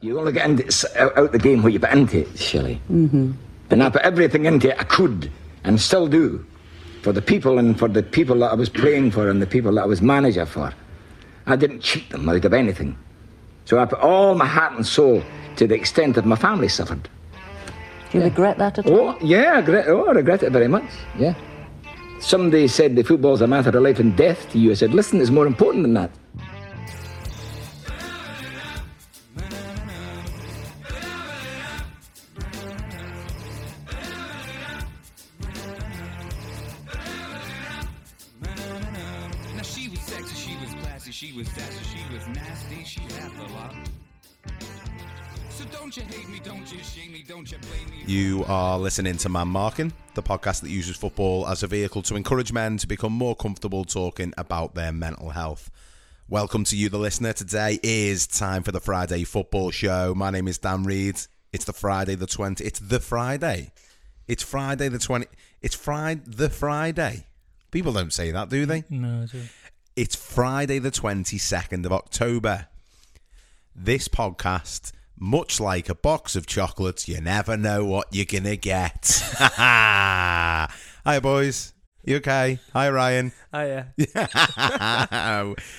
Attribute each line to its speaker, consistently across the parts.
Speaker 1: You only get into, s- out out the game where you put into it, Shelley. Mm-hmm. And I put everything into it I could and still do for the people and for the people that I was playing for and the people that I was manager for. I didn't cheat them out of anything. So I put all my heart and soul to the extent that my family suffered.
Speaker 2: Do you regret that at all?
Speaker 1: Oh, yeah, I regret, oh, I regret it very much. Yeah. Somebody said the football's a matter of life and death to you. I said, listen, it's more important than that.
Speaker 3: Now she was sexy, she was classy, she was sassy, she was nasty, she had a lot. So don't you hate me, don't you shame me, don't you blame me.
Speaker 4: You are listening to Man Marking, the podcast that uses football as a vehicle to encourage men to become more comfortable talking about their mental health. Welcome to you, the listener. Today is time for the Friday football show. My name is Dan Reed. It's the Friday the 20th. It's the Friday. It's Friday the 20th. It's Friday the Friday. People don't say that, do they?
Speaker 5: No, it's a-
Speaker 4: It's Friday, the 22nd of October. This podcast, much like a box of chocolates, you never know what you're going to get. Hi, boys. You okay? Hi, Ryan.
Speaker 5: Oh yeah,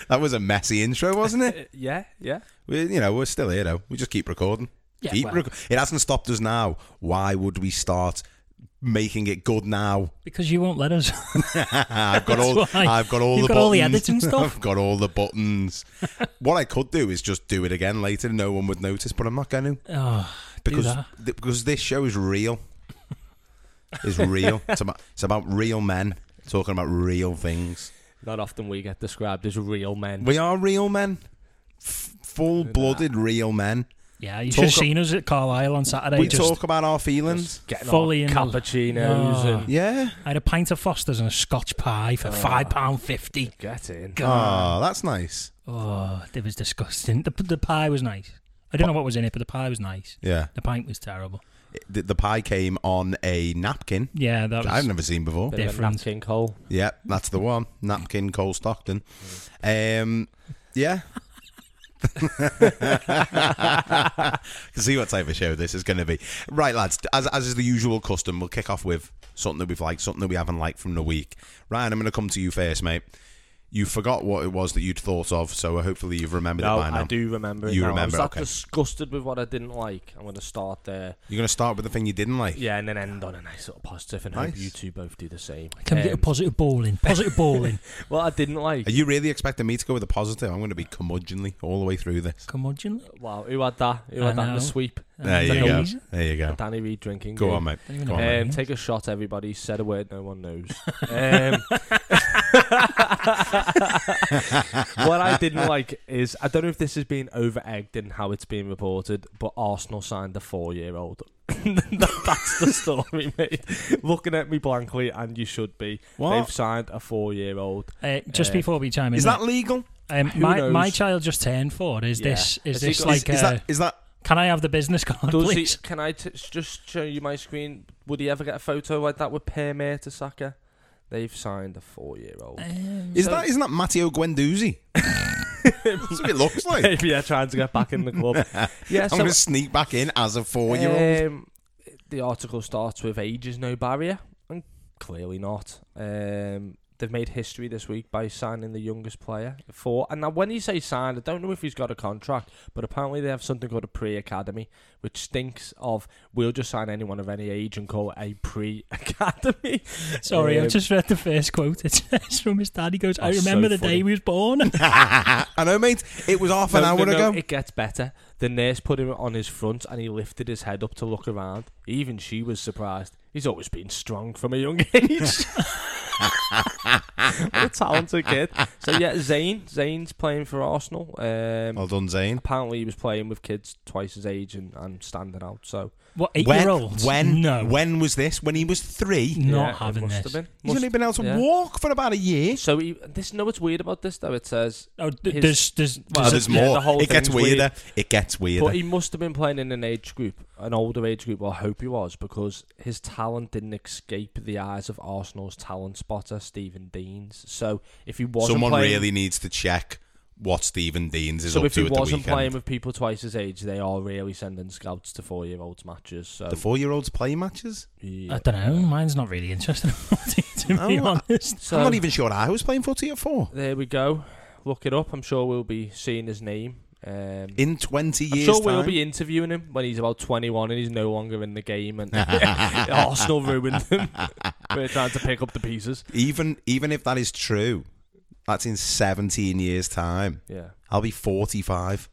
Speaker 4: that was a messy intro, wasn't
Speaker 6: Uh,
Speaker 4: it?
Speaker 5: yeah, yeah.
Speaker 4: We, you know, we're still here, though. We just keep recording.
Speaker 5: Yeah,
Speaker 4: keep
Speaker 5: well.
Speaker 4: reco- it hasn't stopped us now. Why would we start making it good now?
Speaker 5: Because you won't let us.
Speaker 4: I've got
Speaker 5: That's
Speaker 4: all.
Speaker 5: why.
Speaker 4: I've got all
Speaker 5: You've
Speaker 4: the
Speaker 5: got
Speaker 4: buttons.
Speaker 5: all the editing stuff.
Speaker 4: I've got all the buttons. what I could do is just do it again later. No one would notice, but I'm not going to
Speaker 5: oh,
Speaker 4: because
Speaker 5: that.
Speaker 4: th- because this show is real. It's real. it's, about, it's about real men talking about real things.
Speaker 6: Not often we get described as real men.
Speaker 4: We are real men, F- full-blooded real men.
Speaker 5: yeah, you
Speaker 4: Talk
Speaker 5: should have
Speaker 4: a-
Speaker 5: seen us at Carlisle on Saturday.
Speaker 4: we
Speaker 5: just,
Speaker 4: talk about our feelings.
Speaker 6: Getting
Speaker 5: fully
Speaker 6: our
Speaker 5: in-
Speaker 6: cappuccinos
Speaker 5: Oh.
Speaker 6: and
Speaker 4: Yeah.
Speaker 5: I had a pint of Foster's and a Scotch pie
Speaker 6: Oh.
Speaker 5: for five pound fifty.
Speaker 6: get in.
Speaker 5: Ah.
Speaker 4: Oh, that's nice.
Speaker 5: Oh, it was disgusting. The, the pie was nice. I don't know what was in it, but the pie was nice.
Speaker 4: Yeah.
Speaker 5: The pint was terrible.
Speaker 4: The, the pie came on a napkin.
Speaker 5: Yeah, that
Speaker 4: which
Speaker 5: was.
Speaker 4: I've never seen before.
Speaker 6: Bit of a
Speaker 5: different.
Speaker 6: napkin coal.
Speaker 4: Yeah, that's the one. Napkin Cole Stockton. Um, yeah. Can see what type of show this is going to be. Right, lads. As as is the usual custom, we'll kick off with something that we've liked, something that we haven't liked from the week. Ryan, I'm going to come to you first, mate. You forgot what it was that you'd thought of, so hopefully you've remembered
Speaker 6: No,
Speaker 4: it by now.
Speaker 6: I do remember it.
Speaker 4: You
Speaker 6: now. I
Speaker 4: remember,
Speaker 6: was that
Speaker 4: okay.
Speaker 6: disgusted with what I didn't like. I'm going to start there.
Speaker 4: You're going to start with the thing you didn't like.
Speaker 6: Yeah, and then end on a nice sort of positive, and
Speaker 4: Nice.
Speaker 6: hope you two both do the same.
Speaker 5: Can we get a
Speaker 6: Um,
Speaker 5: positive ball in? Positive ball in.
Speaker 6: Well, I didn't like.
Speaker 4: Are you really expecting me to go with a positive? I'm going to be curmudgeonly all the way through this.
Speaker 5: Curmudgeon.
Speaker 6: Wow, who had that? Who
Speaker 5: I
Speaker 6: had that in
Speaker 5: know.
Speaker 6: the sweep?
Speaker 4: There you
Speaker 5: don't
Speaker 4: go.
Speaker 5: know.
Speaker 4: There you go.
Speaker 6: Danny Reed drinking.
Speaker 4: Go
Speaker 6: game.
Speaker 4: on, mate.
Speaker 5: Don't even
Speaker 4: Go
Speaker 5: know
Speaker 4: on,
Speaker 5: what
Speaker 4: mate.
Speaker 5: it
Speaker 6: Um,
Speaker 5: is.
Speaker 6: take a shot, everybody. Said a word no one knows. um, what I didn't like is I don't know if this has been over egged in how it's being reported, but Arsenal signed a four year old. That's the story, mate. Looking at me blankly, and you should be.
Speaker 4: What?
Speaker 6: They've signed a four year old.
Speaker 5: Uh, just
Speaker 6: uh,
Speaker 5: before we chime in,
Speaker 4: Is that legal?
Speaker 5: um,
Speaker 6: who
Speaker 5: my, my
Speaker 6: knows?
Speaker 5: child just turned four. Is
Speaker 6: Yeah.
Speaker 5: this
Speaker 6: Has
Speaker 5: is
Speaker 6: he
Speaker 5: this
Speaker 6: got-
Speaker 5: like
Speaker 4: is, is
Speaker 5: uh,
Speaker 4: that is that
Speaker 5: Can I have the business card,
Speaker 6: Does he,
Speaker 5: please?
Speaker 6: can I t- just show you my screen? Would he ever get a photo like that with Pear to Saka? They've signed a four year old.
Speaker 4: Is
Speaker 6: So-
Speaker 4: that isn't that Matteo Guendouzi? That's what it looks like.
Speaker 6: Maybe they're trying to get back in the club. yeah,
Speaker 4: I'm
Speaker 6: so
Speaker 4: going to sneak back in as a four-year-old.
Speaker 6: Um, the article starts with age is no barrier, and clearly not. Um, they've made history this week by signing the youngest player for. And now, when you say signed, I don't know if he's got a contract, but apparently they have something called a pre-academy, which stinks of we'll just sign anyone of any age and call it a pre-academy.
Speaker 5: Sorry,
Speaker 6: Um,
Speaker 5: I've just read the first quote. It says from his dad. He goes, "I
Speaker 6: That's so
Speaker 5: remember the
Speaker 6: funny.
Speaker 5: day he was born."
Speaker 4: I know, mate. It was half an
Speaker 6: Uh, No,
Speaker 4: hour
Speaker 6: no, no,
Speaker 4: ago.
Speaker 6: It gets better. The nurse put him on his front and he lifted his head up to look around. Even she was surprised. He's always been strong from a young age. what a talented kid. So yeah, Zane. Zane's playing for Arsenal. Um,
Speaker 4: well done, Zane.
Speaker 6: apparently he was playing with kids twice his age and, and standing out. So
Speaker 5: what eight
Speaker 4: when,
Speaker 5: year old?
Speaker 4: When?
Speaker 5: No,
Speaker 4: When was this? When he was three.
Speaker 5: not
Speaker 6: yeah, it
Speaker 5: having
Speaker 6: must
Speaker 5: this.
Speaker 6: have been.
Speaker 4: He's
Speaker 6: Must-
Speaker 4: only been able to
Speaker 6: yeah.
Speaker 4: walk for about a year.
Speaker 6: So he, this. No, what's weird about this though. It says
Speaker 5: Oh, th-
Speaker 6: His-
Speaker 5: there's there's,
Speaker 4: Oh,
Speaker 5: there's
Speaker 4: there's
Speaker 6: yeah,
Speaker 4: more.
Speaker 6: the whole
Speaker 4: it gets
Speaker 6: thing's weird.
Speaker 4: weirder. It gets weirder.
Speaker 6: But he must have been playing in an age group, an older age group. Well, I hope he was because his talent didn't escape the eyes of Arsenal's talent spotter Stephen Deans. So if he wasn't
Speaker 4: Someone
Speaker 6: playing,
Speaker 4: really needs to check what Stephen Deans is
Speaker 6: So
Speaker 4: up
Speaker 6: if
Speaker 4: to
Speaker 6: he
Speaker 4: at the
Speaker 6: wasn't
Speaker 4: weekend.
Speaker 6: playing with people twice his age, they are really sending scouts to four-year-olds matches. So
Speaker 4: the four-year-olds play matches.
Speaker 6: yeah.
Speaker 5: I don't know. Mine's not really interesting. to be
Speaker 4: Oh, I-
Speaker 5: honest,
Speaker 6: So
Speaker 4: I'm not even sure I was playing footy at four
Speaker 6: there we go. Look it up. I'm sure we'll be seeing his name. Um,
Speaker 4: in 20
Speaker 6: I'm
Speaker 4: years.
Speaker 6: sure we'll
Speaker 4: time.
Speaker 6: be interviewing him when he's about 21 and he's no longer in the game and Arsenal ruined him. We're trying to pick up the pieces.
Speaker 4: even even if that is true, that's in 17 years' time.
Speaker 6: Yeah.
Speaker 4: I'll be 45.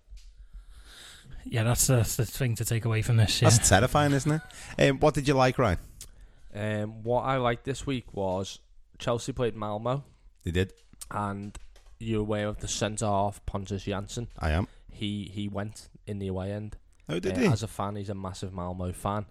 Speaker 5: yeah, that's, that's the thing to take away from this. Yeah.
Speaker 4: That's terrifying, isn't it? Um, what did you like, Ryan?
Speaker 6: Um, what I liked this week was Chelsea played Malmo
Speaker 4: They did.
Speaker 6: and you're aware of the centre half Pontus Janssen.
Speaker 4: I am.
Speaker 6: He he went in the away end.
Speaker 4: Oh, did
Speaker 6: Uh,
Speaker 4: he?
Speaker 6: As a fan, he's a massive Malmo fan.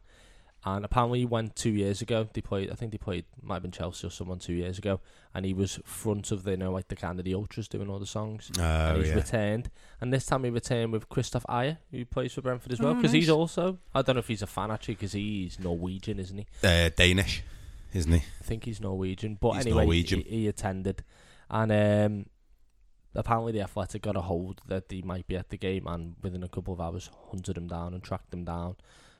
Speaker 6: And apparently, he went two years ago. They played, I think they played, might have been Chelsea or someone two years ago. And he was front of the, you know, like the kind of the ultras doing all the songs. and
Speaker 4: Oh,
Speaker 6: he's
Speaker 4: yeah.
Speaker 6: returned. And this time he returned with Christoph Ayer, who plays for Brentford as well.
Speaker 4: Oh,
Speaker 6: Because he's also, I don't know if he's a fan actually, because he's Norwegian, isn't he?
Speaker 4: Uh, Danish, isn't he?
Speaker 6: I think he's Norwegian. But
Speaker 4: He's
Speaker 6: anyway,
Speaker 4: Norwegian.
Speaker 6: He, he attended. And um, apparently the Athletic got a hold that he might be at the game. And within a couple of hours, hunted him down and tracked him down.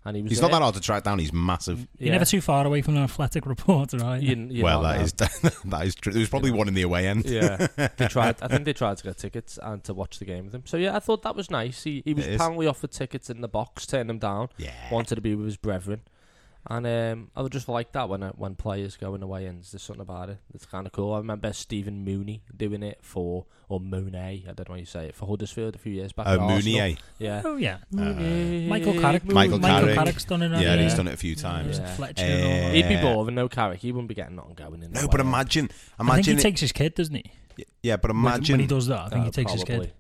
Speaker 6: And he was
Speaker 4: He's
Speaker 6: there.
Speaker 4: not that hard to track down. He's massive.
Speaker 6: Yeah.
Speaker 5: You're never too far away from an athletic reporter, right?
Speaker 6: You- you
Speaker 4: well,
Speaker 6: know
Speaker 4: that is that is true. There was probably one in the away end.
Speaker 6: yeah. they tried. I think they tried to get tickets and to watch the game with him. So yeah, I thought that was nice. He he was
Speaker 4: It is.
Speaker 6: apparently offered tickets in the box, turned them down.
Speaker 4: Yeah.
Speaker 6: Wanted to be with his brethren, and um, I would just like that when uh, when players go in away ends. There's something about it that's kind of cool. I remember Stephen Mooney doing it for or Mooney. I don't know how you say it for Huddersfield a few years back.
Speaker 4: Oh,
Speaker 6: at Arsenal.
Speaker 4: Mounier.
Speaker 6: Yeah.
Speaker 5: Oh yeah, Michael
Speaker 6: Michael
Speaker 5: Carrick.
Speaker 4: Michael Carrick.
Speaker 5: Carrick's done it.
Speaker 4: Yeah,
Speaker 5: hasn't he?
Speaker 4: he's done it a few times.
Speaker 5: He's
Speaker 6: Yeah. Uh,
Speaker 5: Fletcher and all that.
Speaker 6: He'd be
Speaker 4: Yeah.
Speaker 6: boring, no Carrick. He wouldn't be getting nothing going in.
Speaker 4: No,
Speaker 6: away
Speaker 4: but
Speaker 6: end.
Speaker 4: imagine,
Speaker 5: I think he
Speaker 4: imagine, it,
Speaker 5: takes his kid, doesn't he?
Speaker 4: yeah, but
Speaker 5: When-
Speaker 4: imagine.
Speaker 5: when he does that, I think
Speaker 6: Oh,
Speaker 5: he takes his
Speaker 6: probably.
Speaker 5: kid.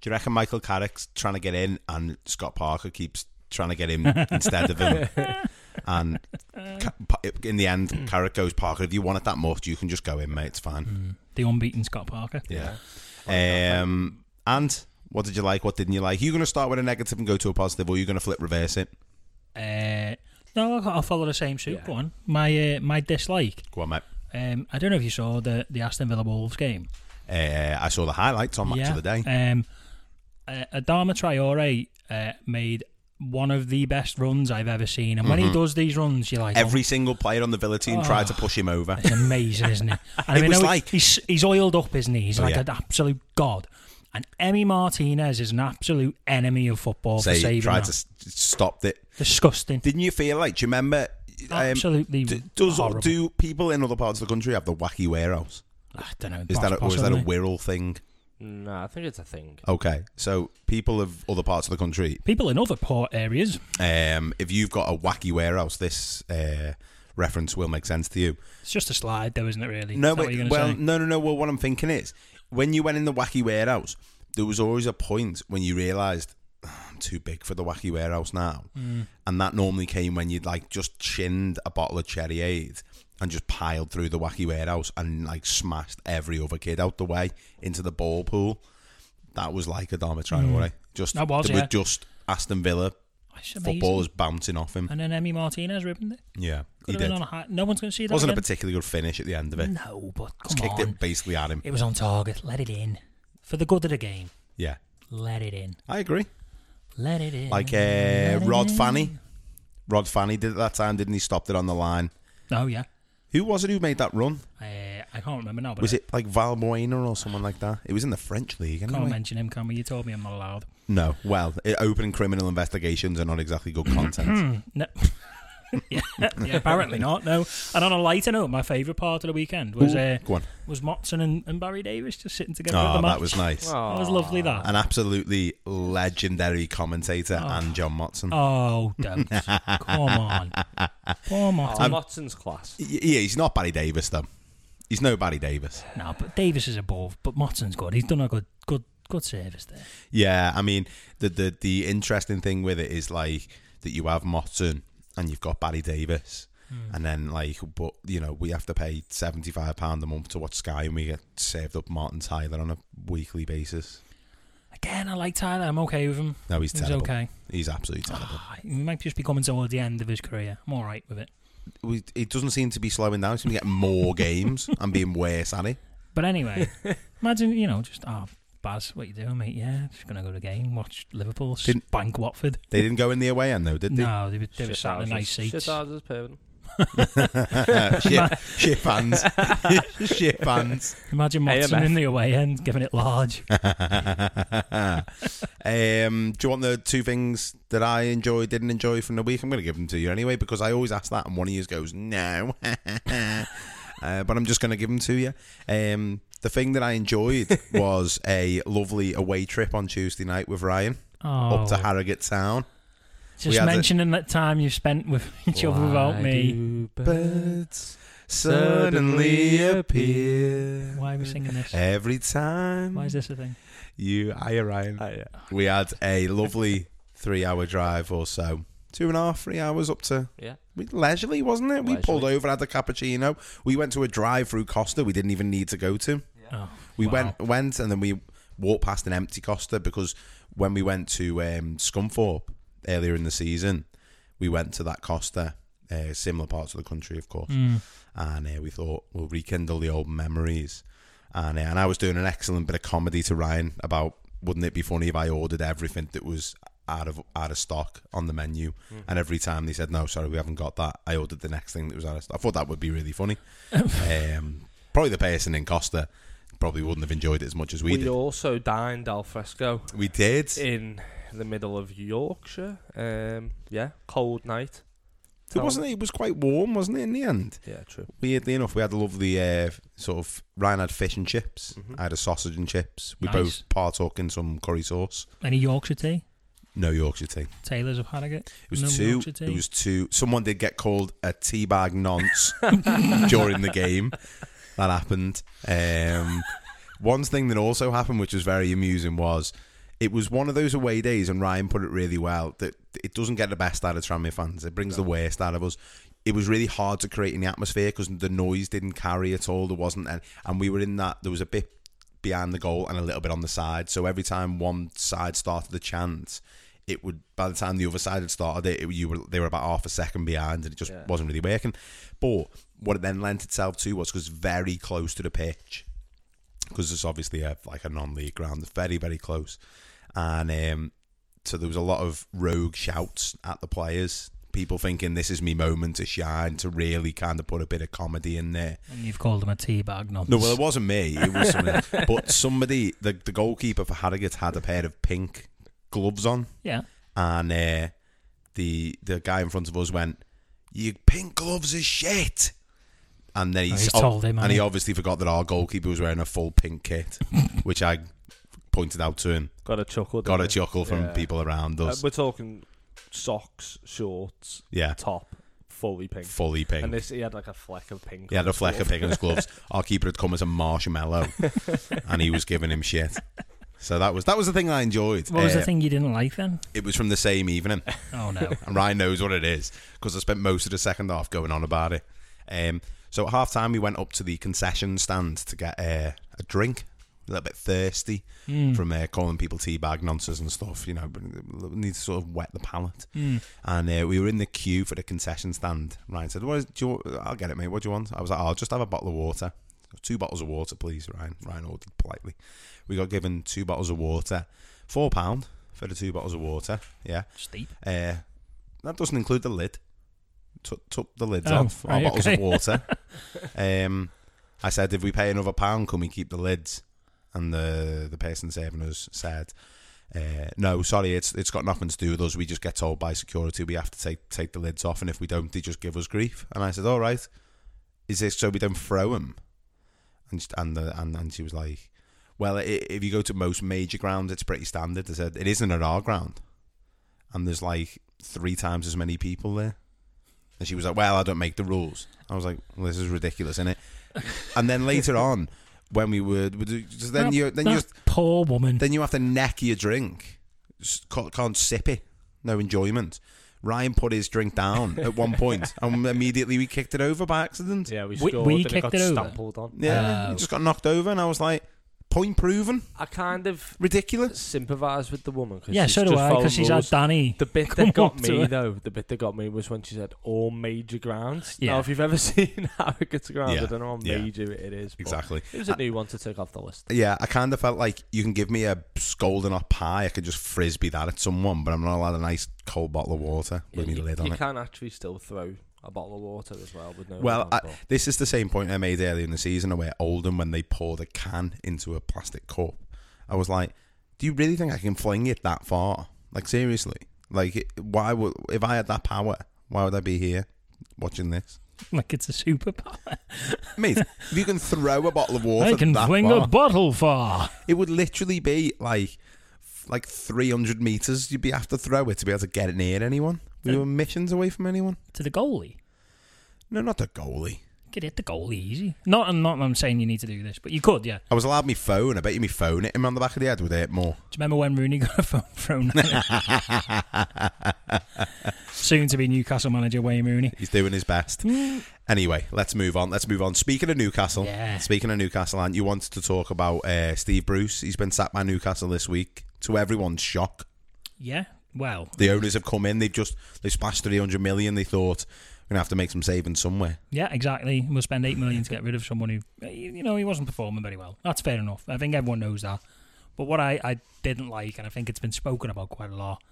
Speaker 4: do you reckon Michael Carrick's trying to get in, and Scott Parker keeps trying to get him instead of him? And Ca- Pa- in the end, Carrick goes, Parker, if you want it that much, you can just go in, mate. It's fine.
Speaker 5: The unbeaten Scott Parker.
Speaker 4: Yeah. Um, and what did you like? What didn't you like? Are you going to start with a negative and go to a positive, or are you going to flip reverse it?
Speaker 5: Uh, no, I'll, I'll follow the same suit.
Speaker 6: Yeah.
Speaker 5: Go on. My uh, my dislike.
Speaker 4: Go on, mate.
Speaker 5: Um, I don't know if you saw the the Aston Villa Wolves game.
Speaker 4: Uh, I saw the highlights on Match of the Day.
Speaker 5: Um, uh, Adama Traore uh, made one of the best runs I've ever seen, and when he does these runs, you're like,
Speaker 4: Mm-hmm. Every single player on the Villa team tried to push him over.
Speaker 5: Oh. It's amazing, isn't it? And
Speaker 4: It was
Speaker 5: know
Speaker 4: like-
Speaker 5: he's he's oiled up, isn't he? He's
Speaker 4: Oh,
Speaker 5: like
Speaker 4: yeah.
Speaker 5: an absolute god. And Emmy Martinez is an absolute enemy of football
Speaker 4: Say,
Speaker 5: for saving
Speaker 4: tried to
Speaker 5: that.
Speaker 4: s- stop it.
Speaker 5: Disgusting.
Speaker 4: Didn't you feel like? Do you remember? um,
Speaker 5: Absolutely
Speaker 4: d- does
Speaker 5: horrible.
Speaker 4: do people in other parts of the country have the wacky warehouse?
Speaker 5: I don't know.
Speaker 4: Is that a, or is that a
Speaker 5: possibly.
Speaker 4: Wirral thing?
Speaker 6: No, I think it's a thing.
Speaker 4: Okay, so people of other parts of the country
Speaker 5: People in other poor areas.
Speaker 4: Um, if you've got a wacky warehouse, this uh, reference will make sense to you.
Speaker 5: It's just a slide, though, isn't it? Really?
Speaker 4: No,
Speaker 5: Is that
Speaker 4: but,
Speaker 5: what you're gonna
Speaker 4: well,
Speaker 5: say?
Speaker 4: no, no, no. Well, what I'm thinking is, when you went in the wacky warehouse, there was always a point when you realised "Ah, I'm too big for the wacky warehouse now,
Speaker 5: Mm.
Speaker 4: and that normally came when you'd like just chinned a bottle of cherry aid and just piled through the wacky warehouse and like smashed every other kid out the way into the ball pool. That was like a Dharma Traore. Just
Speaker 5: Mm. That was,
Speaker 4: there was
Speaker 5: yeah.
Speaker 4: just Aston Villa
Speaker 5: It's amazing.
Speaker 4: footballers bouncing off him.
Speaker 5: And then Emmy Martinez ribboned it.
Speaker 4: Yeah, he
Speaker 5: Could have
Speaker 4: did.
Speaker 5: been on a high. No one's going to see that.
Speaker 4: wasn't a
Speaker 5: again.
Speaker 4: particularly good finish at the end of it.
Speaker 5: No, but
Speaker 4: Just
Speaker 5: come
Speaker 4: kicked
Speaker 5: on.
Speaker 4: it basically at him.
Speaker 5: It was on target. Let it in. For the good of the game,
Speaker 4: Yeah,
Speaker 5: let it in.
Speaker 4: I agree.
Speaker 5: Let it in.
Speaker 4: Like uh, Rod Fanny, Rod Fanny did it that time, didn't he? Stopped it on the line.
Speaker 5: Oh yeah.
Speaker 4: Who was it who made that run?
Speaker 5: Uh, I can't remember now. But
Speaker 4: Was it like Valbuena or someone like that? It was in the French league,
Speaker 5: Can't
Speaker 4: anyway.
Speaker 5: mention him, can we? You told me I'm not allowed.
Speaker 4: No, well, it, open criminal investigations are not exactly good content.
Speaker 5: No. yeah, yeah, apparently not. No. And on a lighter note, my favourite part of the weekend was uh,
Speaker 4: Go on.
Speaker 5: was Motson and, and Barry Davis just sitting together at
Speaker 4: Oh,
Speaker 5: the match.
Speaker 4: that was nice.
Speaker 5: That was lovely. That.
Speaker 4: An absolutely legendary commentator
Speaker 5: Ah.
Speaker 4: and John Motson.
Speaker 5: oh, don't come on, poor Motson.
Speaker 6: Oh, Watson's class.
Speaker 4: Y- Yeah, he's not Barry Davis though. He's no Barry Davis.
Speaker 5: no, but Davis is above. But Motson's good. He's done a good, good, good service there.
Speaker 4: Yeah, I mean the the the interesting thing with it is like that you have Motton and you've got Barry Davis,
Speaker 5: Hmm.
Speaker 4: and then like but you know we have to pay seventy five pound a month to watch Sky, and we get saved up Martin Tyler on a weekly basis.
Speaker 5: Again, I like Tyler. I'm okay with him.
Speaker 4: No, he's
Speaker 5: He's
Speaker 4: terrible.
Speaker 5: okay.
Speaker 4: He's absolutely terrible.
Speaker 5: He might just be coming towards the end of his career. I'm all right with it.
Speaker 4: We- It doesn't seem to be slowing down. Seems to get more games and being worse at it.
Speaker 5: But anyway, imagine you know just oh, Baz, what you doing, mate? Yeah, just gonna go to the game, watch Liverpool
Speaker 4: Didn't-
Speaker 5: spank Watford.
Speaker 4: They didn't go in the away end though, did they?
Speaker 5: No, they were, they were sat in the nice
Speaker 6: Shit
Speaker 5: seats.
Speaker 6: houses, permanent.
Speaker 4: shit, shit fans, shit fans.
Speaker 5: Imagine Watson
Speaker 6: AMF.
Speaker 5: in the away end, giving it large.
Speaker 4: um, do you want the two things that I enjoy, didn't enjoy from the week? I'm going to give them to you anyway because I always ask that, and one of you goes no. Uh, but I'm just going to give them to you. Um, the thing that I enjoyed was a lovely away trip on Tuesday night with Ryan
Speaker 5: Oh,
Speaker 4: up to Harrogate Town. we
Speaker 5: just
Speaker 4: had the-
Speaker 5: mentioning that time you spent with each other without me.
Speaker 4: Birds suddenly appear
Speaker 5: Why are we singing this?
Speaker 4: every time.
Speaker 5: Why is this a thing?
Speaker 4: You, hiya, Ryan. We had a lovely three-hour drive or so, two and a half, three hours up to.
Speaker 6: Yeah.
Speaker 4: We, leisurely, wasn't it? We pulled over, had a cappuccino. We went to a drive-through Costa. We didn't even need to go to.
Speaker 5: Oh,
Speaker 4: We
Speaker 5: wow.
Speaker 4: went, went, and then we walked past an empty Costa because when we went to um, Scunthorpe earlier in the season, we went to that Costa, uh, similar parts of the country, of course, and uh, we thought we'll rekindle the old memories. And uh, and I was doing an excellent bit of comedy to Ryan about wouldn't it be funny if I ordered everything that was out of out of stock on the menu, and every time they said no, sorry, we haven't got that, I ordered the next thing that was out of stock. I thought that would be really funny. um, probably the person in Costa probably wouldn't have enjoyed it as much as we,
Speaker 6: We,
Speaker 4: did.
Speaker 6: also dined al fresco
Speaker 4: we did.
Speaker 6: in the middle of Yorkshire. Um, yeah, cold night.
Speaker 4: It wasn't. It was quite warm, wasn't it? In the end,
Speaker 6: Yeah, true.
Speaker 4: weirdly enough, we had a lovely uh, sort of. Ryan had fish and chips. I had a sausage and chips. We
Speaker 5: Mm-hmm. Nice.
Speaker 4: both partook in some curry sauce.
Speaker 5: Any Yorkshire tea?
Speaker 4: No Yorkshire tea.
Speaker 5: Taylor's of Harrogate.
Speaker 4: It was
Speaker 5: no
Speaker 4: two.
Speaker 5: Yorkshire tea.
Speaker 4: It was two. Someone did get called a teabag nonce during the game. That happened. Um, one thing that also happened, which was very amusing, was it was one of those away days, and Ryan put it really well that it doesn't get the best out of Tranmere fans. It brings the worst out of us. It was really hard to create in the atmosphere because the noise didn't carry at all. There wasn't, and, and we were in that. There was a bit behind the goal and a little bit on the side. So every time one side started a chant, it would by the time the other side had started it, it- you were they were about half a second behind, and it just wasn't really working. But what it then lent itself to was because very close to the pitch, because it's obviously a, like a non-league ground, very very close, and um, so there was a lot of rogue shouts at the players. People thinking this is me moment to shine, to really kind of put a bit of comedy in there.
Speaker 5: And you've called him a teabag nonce.
Speaker 4: No, well, it wasn't me. It was somebody else. But somebody, the, the goalkeeper for Harrogate had a pair of pink gloves on,
Speaker 5: yeah.
Speaker 4: and uh, the the guy in front of us went, "Your pink gloves are shit." And then he
Speaker 5: Oh, he's
Speaker 4: oh,
Speaker 5: told
Speaker 4: and
Speaker 5: him,
Speaker 4: he
Speaker 5: hasn't he?
Speaker 4: obviously forgot that our goalkeeper was wearing a full pink kit, which I pointed out to him.
Speaker 6: Got a chuckle.
Speaker 4: Got a
Speaker 6: didn't
Speaker 4: chuckle from
Speaker 6: Yeah.
Speaker 4: people around
Speaker 6: we? Uh,
Speaker 4: us.
Speaker 6: we're talking socks, shorts,
Speaker 4: yeah,
Speaker 6: top, fully pink.
Speaker 4: fully pink.
Speaker 6: And this, he had like a fleck of pink.
Speaker 4: He
Speaker 6: on
Speaker 4: had a
Speaker 6: his
Speaker 4: fleck of
Speaker 6: glove.
Speaker 4: pig on his gloves. Our keeper had come as a marshmallow, and he was giving him shit. So that was that was the thing I enjoyed.
Speaker 5: What was
Speaker 4: Uh,
Speaker 5: the thing you didn't like then?
Speaker 4: It was from the same evening,
Speaker 5: Oh no.
Speaker 4: and Ryan knows what it is because I spent most of the second half going on about it. Um, so at half time, we went up to the concession stand to get uh, a drink. A little bit thirsty from uh, calling people teabag nonsense and stuff, you know, but need to sort of wet the palate. And uh, we were in the queue for the concession stand. Ryan said, "What is, do you, want- I'll get it, mate. What do you want? I was like, I'll just have a bottle of water. Two bottles of water, please, Ryan. Ryan ordered politely. We got given two bottles of water. Four pound for the two bottles of water. Yeah.
Speaker 5: Steep.
Speaker 4: Uh, that doesn't include the lid. Took, took the lids
Speaker 5: Oh,
Speaker 4: off our
Speaker 5: right,
Speaker 4: bottles of
Speaker 5: okay.
Speaker 4: water. um, I said, if we pay another pound, can we keep the lids? And the the person serving us said, uh, no, sorry, it's it's got nothing to do with us. We just get told by security we have to take take the lids off, and if we don't, they just give us grief. And I said, all right, is this so we don't throw them? And she, and, the, and and she was like, well, i if you go to most major grounds, it's pretty standard. I said, it isn't at our ground and there's like three times as many people there. And she was like, "Well, I don't make the rules." I was like, well, "This is ridiculous, isn't it?" And then later on, when we were, just then
Speaker 5: That-
Speaker 4: you then
Speaker 5: that
Speaker 4: you
Speaker 5: poor woman.
Speaker 4: then you have to neck your drink. Just can't, can't sip it. No enjoyment. Ryan put his drink down at one point, and immediately we kicked it over by accident.
Speaker 6: Yeah, we
Speaker 5: We-
Speaker 6: scored
Speaker 5: we
Speaker 6: and it
Speaker 5: kicked
Speaker 6: got
Speaker 5: it over.
Speaker 6: stampled on.
Speaker 4: Uh, Yeah, it just got knocked over, and I was like, Point proven.
Speaker 6: I kind of
Speaker 4: Ridiculous.
Speaker 6: sympathise with the woman. Cause
Speaker 5: yeah,
Speaker 6: she's
Speaker 5: so do
Speaker 6: just
Speaker 5: I,
Speaker 6: following
Speaker 5: because she's had
Speaker 6: rules.
Speaker 5: Danny.
Speaker 6: The bit
Speaker 5: come
Speaker 6: that got
Speaker 5: up to
Speaker 6: me
Speaker 5: her.
Speaker 6: though, the bit that got me was when she said all major grounds.
Speaker 5: Yeah.
Speaker 6: Now, if you've ever seen how it gets around,
Speaker 4: Yeah,
Speaker 6: I don't know how
Speaker 4: yeah.
Speaker 6: major it is. but
Speaker 4: Exactly. Uh,
Speaker 6: It was a new one to take off the list.
Speaker 4: Yeah, I kind of felt like you can give me a scolding hot pie. I could just frisbee that at someone, but I'm not allowed a nice cold bottle of water with me
Speaker 6: you,
Speaker 4: lid on
Speaker 6: you
Speaker 4: it.
Speaker 6: can actually still throw a bottle of water as well with no.
Speaker 4: Well,
Speaker 6: lid
Speaker 4: I,
Speaker 6: on, but-
Speaker 4: this is the same point I made earlier in the season where Oldham, when they poured a can into a plastic cup, I was like, "Do you really think I can fling it that far? Like seriously? Like it- why would if I had that power, why would I be here watching this,
Speaker 5: Like it's a superpower.
Speaker 4: mate? if you can throw a bottle of water,
Speaker 5: I can
Speaker 4: that
Speaker 5: fling
Speaker 4: far,
Speaker 5: a bottle far.
Speaker 4: it would literally be like f- like 300 meters. You'd be have to throw it to be able to get it near anyone. We were missions away from anyone.
Speaker 5: To the goalie.
Speaker 4: No, not the goalie.
Speaker 5: Could hit the goalie easy. Not, I'm not. I'm saying you need to do this, but you could. Yeah.
Speaker 4: I was allowed my phone. I bet you my phone hit him on the back of the head with it more.
Speaker 5: Do you remember when Rooney got a phone thrown? at him? Soon to be Newcastle manager Wayne Rooney.
Speaker 4: He's doing his best. Anyway, let's move on. Let's move on. Speaking of Newcastle,
Speaker 5: Yeah.
Speaker 4: speaking of Newcastle, and you wanted to talk about uh, Steve Bruce. He's been sacked by Newcastle this week. To everyone's shock,
Speaker 5: Yeah. Well,
Speaker 4: the owners have come in. They've just they splashed three hundred million. They thought we're gonna have to make some savings somewhere.
Speaker 5: yeah, exactly. We'll spend eight million to get rid of someone who, eh, you know, he wasn't performing very well. That's fair enough. I think everyone knows that. But what I, I didn't like, and I think it's been spoken about quite a lot,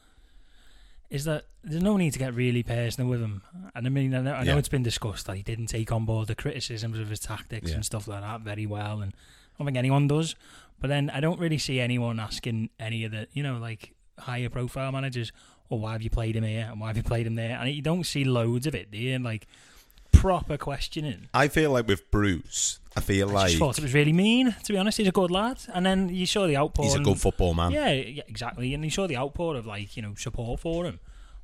Speaker 5: is that there's no need to get really personal with him. And I mean, I know, I know
Speaker 4: Yeah.
Speaker 5: it's been discussed that he didn't take on board the criticisms of his tactics
Speaker 4: Yeah.
Speaker 5: and stuff like that very well, and I don't think anyone does. But then I don't really see anyone asking any of the, you know, like higher profile managers, "Well, why have you played him here and why have you played him there?" And you don't see loads of it, do you? Like proper questioning.
Speaker 4: I feel like with Bruce, I feel
Speaker 5: I
Speaker 4: like
Speaker 5: just thought it was really mean. To be honest, he's a good lad, and then you saw the outpour.
Speaker 4: he's a
Speaker 5: and-
Speaker 4: good football man.
Speaker 5: yeah, yeah, exactly. And you saw the outpour of like you know support for him.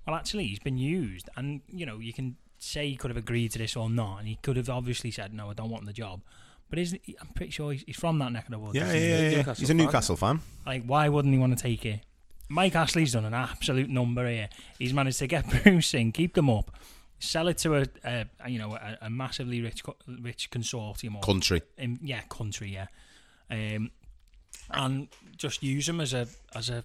Speaker 5: Well, actually, he's been used, and you know you can say he could have agreed to this or not, and he could have obviously said no, I don't want the job. But isn't he, I'm pretty sure he's, he's from that neck of the woods.
Speaker 4: Yeah,
Speaker 5: isn't he?
Speaker 4: yeah, yeah, yeah.
Speaker 6: Newcastle
Speaker 4: He's a
Speaker 6: fan.
Speaker 4: Newcastle fan.
Speaker 5: Like, why wouldn't he want to take it? Mike Ashley's done an absolute number here. He's managed to get Bruce in, keep them up, sell it to a, a a, you know a, a massively rich co- rich consortium or
Speaker 4: Country.
Speaker 5: in yeah country yeah um and just use him as a as a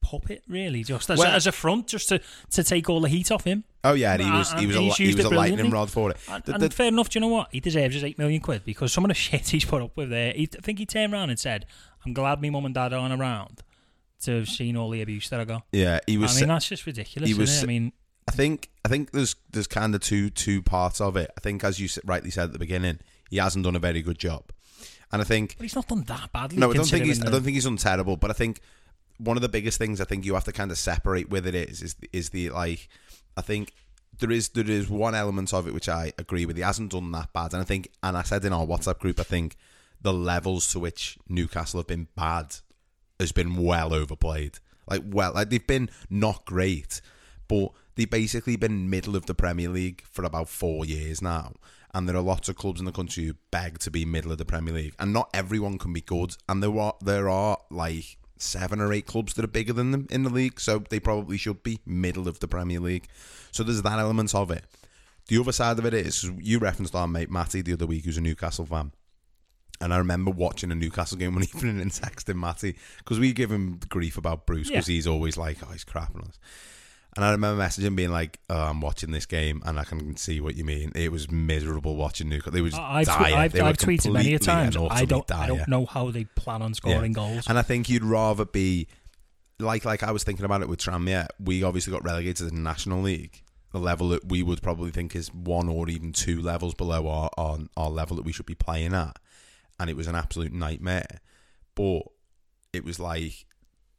Speaker 5: puppet really just as,
Speaker 4: Well-
Speaker 5: a, as a front just to to take all the heat off him
Speaker 4: Oh yeah, and he was
Speaker 5: And
Speaker 4: he was a,
Speaker 5: he's
Speaker 4: li- he
Speaker 5: used
Speaker 4: was
Speaker 5: it
Speaker 4: a lightning
Speaker 5: brilliantly.
Speaker 4: rod for it.
Speaker 5: and,
Speaker 4: The-
Speaker 5: and
Speaker 4: the-
Speaker 5: fair enough do you know what he deserves his 8 million quid because some of the shit he's put up with there he, I think he turned around and said I'm glad my mum and dad aren't around to have seen all the abuse that I got
Speaker 4: yeah, he
Speaker 5: I
Speaker 4: was.
Speaker 5: mean that's just ridiculous
Speaker 4: he
Speaker 5: isn't
Speaker 4: was
Speaker 5: it? I
Speaker 4: s-
Speaker 5: mean
Speaker 4: I think I think there's there's kind of two two parts of it. I think as you s- rightly said at the beginning, he hasn't done a very good job, and I think
Speaker 5: but he's not done that badly
Speaker 4: no, I don't think
Speaker 5: considering
Speaker 4: he's I
Speaker 5: the-
Speaker 4: don't think he's unterrible, but I think one of the biggest things I think you have to kind of separate with it is is is the like I think there is there is one element of it which I agree with. He hasn't done that bad, and I think and I said in our WhatsApp group, I think the levels to which Newcastle have been bad has been well overplayed. Like well, like they've been not great, but they've basically been middle of the Premier League for about four years now. And there are lots of clubs in the country who beg to be middle of the Premier League, and not everyone can be good. And there are there are like seven or eight clubs that are bigger than them in the league, so they probably should be middle of the Premier League. So there's that element of it. The other side of it is you referenced our mate Matty the other week, who's a Newcastle fan. And I remember watching a Newcastle game one evening and texting Matty because we give him grief about Bruce because
Speaker 5: Yeah.
Speaker 4: he's always like, oh, he's crapping us. And I remember messaging being like, oh, I'm watching this game and I can see what you mean. It was miserable watching Newcastle. They was
Speaker 5: I- I've, tw-
Speaker 4: dire.
Speaker 5: I've,
Speaker 4: They were
Speaker 5: I've tweeted many
Speaker 4: completely
Speaker 5: a times.
Speaker 4: and
Speaker 5: I don't,
Speaker 4: utterly
Speaker 5: I
Speaker 4: dire.
Speaker 5: don't know how they plan on scoring
Speaker 4: Yeah.
Speaker 5: goals.
Speaker 4: And I think you'd rather be like like I was thinking about it with Tranmere. We obviously got relegated to the National League, the level that we would probably think is one or even two levels below our our, our level that we should be playing at, and it was an absolute nightmare. But it was like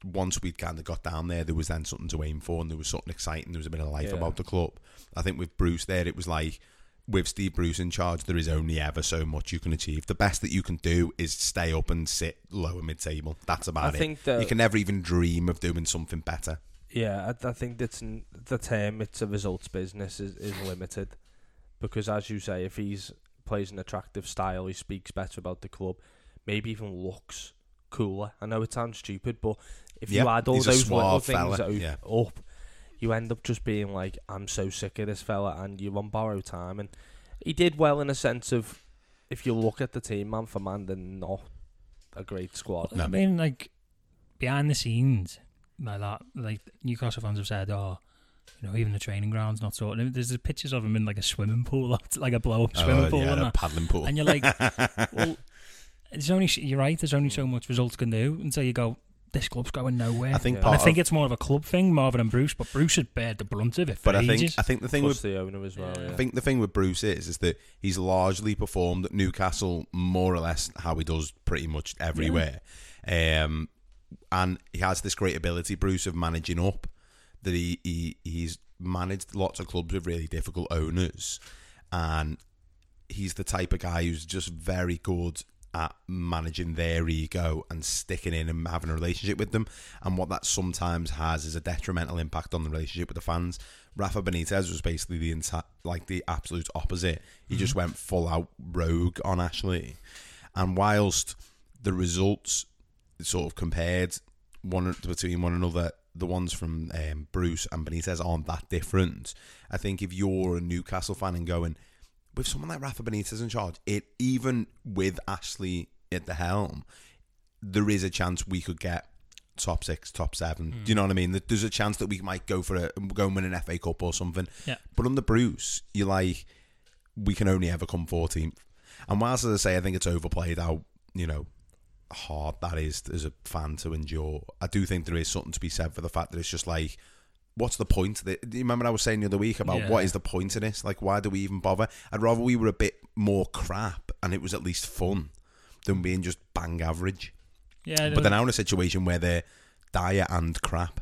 Speaker 4: once we'd kind of got down there, there was then something to aim for, and there was something exciting. There was a bit of life
Speaker 6: Yeah.
Speaker 4: about the club. I think with Bruce there, it was like with Steve Bruce in charge, there is only ever so much you can achieve. The best that you can do is stay up and sit lower mid table. That's about
Speaker 6: I
Speaker 4: it.
Speaker 6: think that-
Speaker 4: you can never even dream of doing something better.
Speaker 6: Yeah, I, I think that's n- the term. It's a results business is, is limited because, as you say, if he's plays an attractive style, he speaks better about the club. Maybe even looks cooler. I know it sounds stupid, but if you
Speaker 4: Yeah,
Speaker 6: add all
Speaker 4: he's a
Speaker 6: those little
Speaker 4: suave
Speaker 6: things
Speaker 4: fella,
Speaker 6: o-
Speaker 4: yeah.
Speaker 6: up, you end up just being like, "I'm so sick of this fella," and you're on borrowed time. And he did well in a sense of, if you look at the team man for man, they're not a great squad.
Speaker 5: I mean, like behind the scenes, like that, like Newcastle fans have said, oh, you know, even the training ground's not sorted. There's the pictures of him in like a swimming pool, like a blow up swimming
Speaker 4: Oh,
Speaker 5: pool,
Speaker 4: yeah,
Speaker 5: and
Speaker 4: the
Speaker 5: that.
Speaker 4: paddling pool.
Speaker 5: and you're like, well, there's only you're right. There's only so much results can do until you go. This club's going nowhere.
Speaker 4: I think
Speaker 5: And I
Speaker 4: part
Speaker 5: think
Speaker 4: of-
Speaker 5: it's more of a club thing, Marvin and Bruce. But Bruce had bared the brunt of it for
Speaker 4: but I think
Speaker 5: ages.
Speaker 4: I think the thing with
Speaker 6: Plus the owner as well. Yeah.
Speaker 4: I think the thing with Bruce is is that he's largely performed at Newcastle more or less how he does pretty much everywhere. Um, and he has this great ability, Bruce, of managing up that he, he he's managed lots of clubs with really difficult owners and he's the type of guy who's just very good at managing their ego and sticking in and having a relationship with them. And what that sometimes has is a detrimental impact on the relationship with the fans. Rafa Benitez was basically the entire, like the absolute opposite. He just went full out rogue on Ashley. And whilst the results sort of compared one between one another, the ones from um, Bruce and Benitez aren't that different. I think if you're a Newcastle fan and going with someone like Rafa Benitez in charge, it even with Ashley at the helm, there is a chance we could get top six, top seven. Do you know what I mean? That There's a chance that we might go for a go and win an FA Cup or something.
Speaker 5: Yeah.
Speaker 4: But under Bruce, you're like, we can only ever come 14th. And whilst as I say, I think it's overplayed how you know hard that is as a fan to endure. I do think there is something to be said for the fact that it's just like. What's the point? Do you remember I was saying the other week about
Speaker 5: Yeah.
Speaker 4: what is the point in this? Like, why do we even bother? I'd rather we were a bit more crap and it was at least fun than being just bang average.
Speaker 5: yeah,
Speaker 4: But they're now in a situation where they're dire and crap.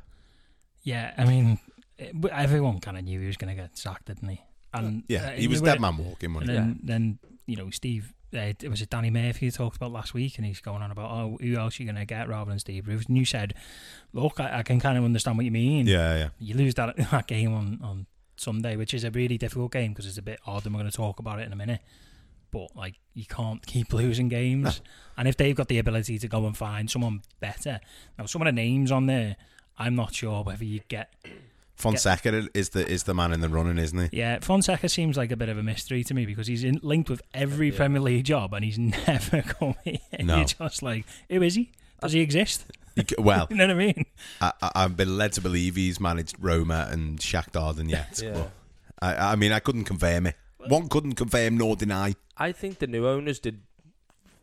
Speaker 5: yeah. I mean, it- but everyone kind of knew he was going to get sacked, didn't he? And
Speaker 4: Yeah,
Speaker 5: uh,
Speaker 4: he was
Speaker 5: they were-
Speaker 4: dead man walking,
Speaker 5: And
Speaker 4: wasn't he?
Speaker 5: then, then you know, Steve, uh, it was it Danny Murphy you talked about last week, and he's going on about, oh, who else are you going to get rather than Steve Bruce? And you said, look, I, I can kind of understand what you mean.
Speaker 4: Yeah, yeah.
Speaker 5: You lose that, that game on, on Sunday, which is a really difficult game because it's a bit odd, and we're going to talk about it in a minute. But, like, you can't keep losing games. and if they've got the ability to go and find someone better, now, some of the names on there, I'm not sure whether you get
Speaker 4: Fonseca is the is the man in the running, isn't he?
Speaker 5: yeah, Fonseca seems like a bit of a mystery to me because he's in, linked with every Premier League job and he's never come here.
Speaker 4: No.
Speaker 5: You're just like, who is he? Does he exist?
Speaker 4: You c- Well,
Speaker 5: You know what I mean?
Speaker 4: I, I- I've been led to believe he's managed Roma and Shakhtar Donetsk.
Speaker 6: Yeah.
Speaker 4: But I, I mean, I couldn't confirm it. One couldn't confirm nor deny.
Speaker 6: I think the new owners did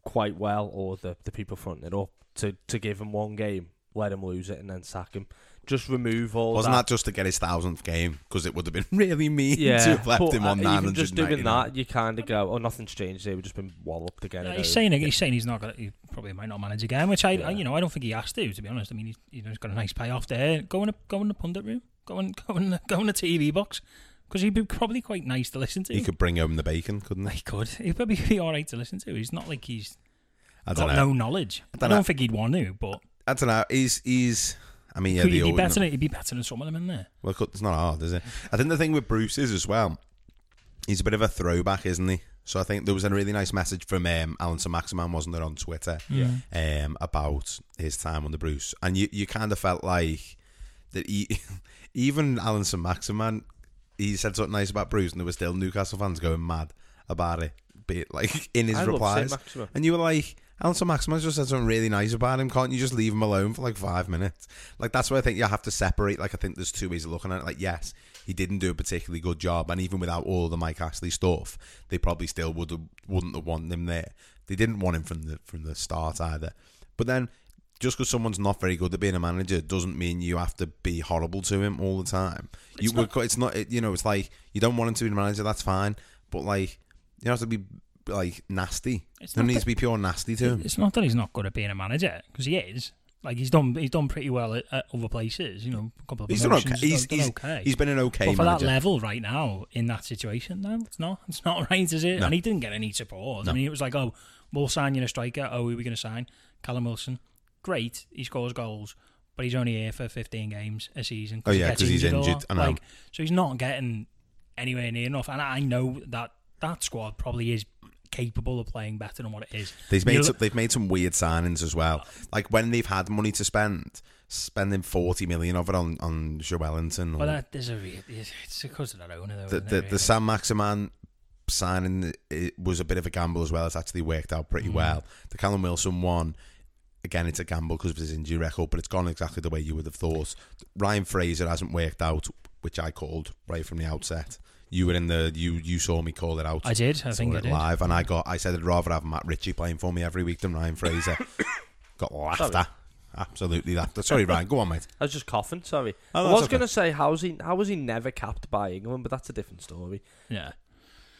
Speaker 6: quite well, or the, the people fronting it up to, to give him one game, let him lose it, and then sack him. Just remove all
Speaker 4: Wasn't
Speaker 6: that.
Speaker 4: that just to get his thousandth game? Because it would have been really mean to have left
Speaker 6: but uh,
Speaker 4: him on
Speaker 6: even
Speaker 4: 999.
Speaker 6: just doing that, you kind of go, oh, nothing's changed here. We've just been walloped again. and
Speaker 5: he's
Speaker 6: over."
Speaker 5: saying he's saying he's not going. to He probably might not manage again, which I,
Speaker 6: Yeah.
Speaker 5: I you know I don't think he has to. To be honest, I mean he's, you know, he's got a nice payoff there. Go in a, go in the pundit room. Go in go in the, go in the TV box because he'd be probably quite nice to listen to.
Speaker 4: He could bring home the bacon, couldn't he?
Speaker 5: He could. He'd probably be all right to listen to. He's not like he's
Speaker 4: I don't
Speaker 5: got
Speaker 4: know.
Speaker 5: no knowledge. I
Speaker 4: dunno.
Speaker 5: don't, think he'd want to, but
Speaker 4: I don't know. He's he's. I mean, yeah,
Speaker 5: could
Speaker 4: they
Speaker 5: he be
Speaker 4: all-
Speaker 5: better? than- He'd be better than some of them in there.
Speaker 4: Well, it's not hard, is it? I think the thing with Bruce is as well, he's a bit of a throwback, isn't he? So I think there was a really nice message from um, Alan Sir Maximan, wasn't there, on Twitter
Speaker 6: Yeah.
Speaker 4: um, about his time under Bruce. And you, you kind of felt like that he, even Alan Sir Maximan, he said something nice about Bruce, and there were still Newcastle fans going mad about it, be it like in his
Speaker 6: I love Sir
Speaker 4: replies.
Speaker 6: Maximan.
Speaker 4: And you were like, Alan Sir Maximan just said something really nice about him. Can't you just leave him alone for like five minutes? Like that's where I think you have to separate. Like I think there's two ways of looking at it. Like yes, he didn't do a particularly good job, and even without all the Mike Ashley stuff, they probably still would have, wouldn't have wanted him there. They didn't want him from the from the start either. But then just because someone's not very good at being a manager doesn't mean you have to be horrible to him all the time. you were co- it's not it, you know it's like you don't want him to be a manager. That's fine, but like you have to be like nasty.
Speaker 5: It's
Speaker 4: There
Speaker 5: not
Speaker 4: needs
Speaker 5: that-
Speaker 4: to be pure nasty to him.
Speaker 5: It's not that he's not good at being a manager because he is. Like he's done, he's done pretty well at, at other places. You know, a couple of
Speaker 4: He's done
Speaker 5: promotions,
Speaker 4: okay. He's, he's,
Speaker 5: okay.
Speaker 4: he's been an okay
Speaker 5: but for
Speaker 4: manager.
Speaker 5: that level right now in that situation, no, it's not. It's not right, is it?
Speaker 4: No.
Speaker 5: And he didn't get any support. I mean, it was like, oh, we'll sign you a striker. Oh, who are we going to sign? Callum Wilson. Great, he scores goals, but he's only here for 15 games a season.
Speaker 4: Oh, yeah,
Speaker 5: he gets
Speaker 4: 'cause he's
Speaker 5: a lot.
Speaker 4: injured, I know.
Speaker 5: Like, so he's not getting anywhere near enough. And I know that that squad probably is capable of playing better than what it is.
Speaker 4: They've made
Speaker 5: You-
Speaker 4: some, they've made some weird signings as well. Like when they've had money to spend, spending forty million of it on on Joe Wellington.
Speaker 5: But that, there's a re- it's it's because of that owner though.
Speaker 4: Mm. the
Speaker 5: isn't
Speaker 4: the,
Speaker 5: it,
Speaker 4: the Sam Maximan
Speaker 5: Mm.
Speaker 4: signing it was a bit of a gamble as well. It's actually worked out pretty well. The Callum Wilson one again, it's a gamble because of his injury record, but it's gone exactly the way you would have thought. Ryan Fraser hasn't worked out, which I called right from the outset. You were in the you you saw me call it out.
Speaker 5: I did. I
Speaker 4: saw
Speaker 5: think I
Speaker 4: it
Speaker 5: did.
Speaker 4: live, and I got I said I'd rather have Matt Ritchie playing for me every week than Ryan Fraser. got laughter. Absolutely laughter. Sorry, Ryan. Go on, mate.
Speaker 6: I was just coughing. Sorry.
Speaker 4: Oh,
Speaker 6: I
Speaker 4: that's
Speaker 6: was
Speaker 4: okay.
Speaker 6: gonna say how's he how was he never capped by England, but that's a different story.
Speaker 5: Yeah.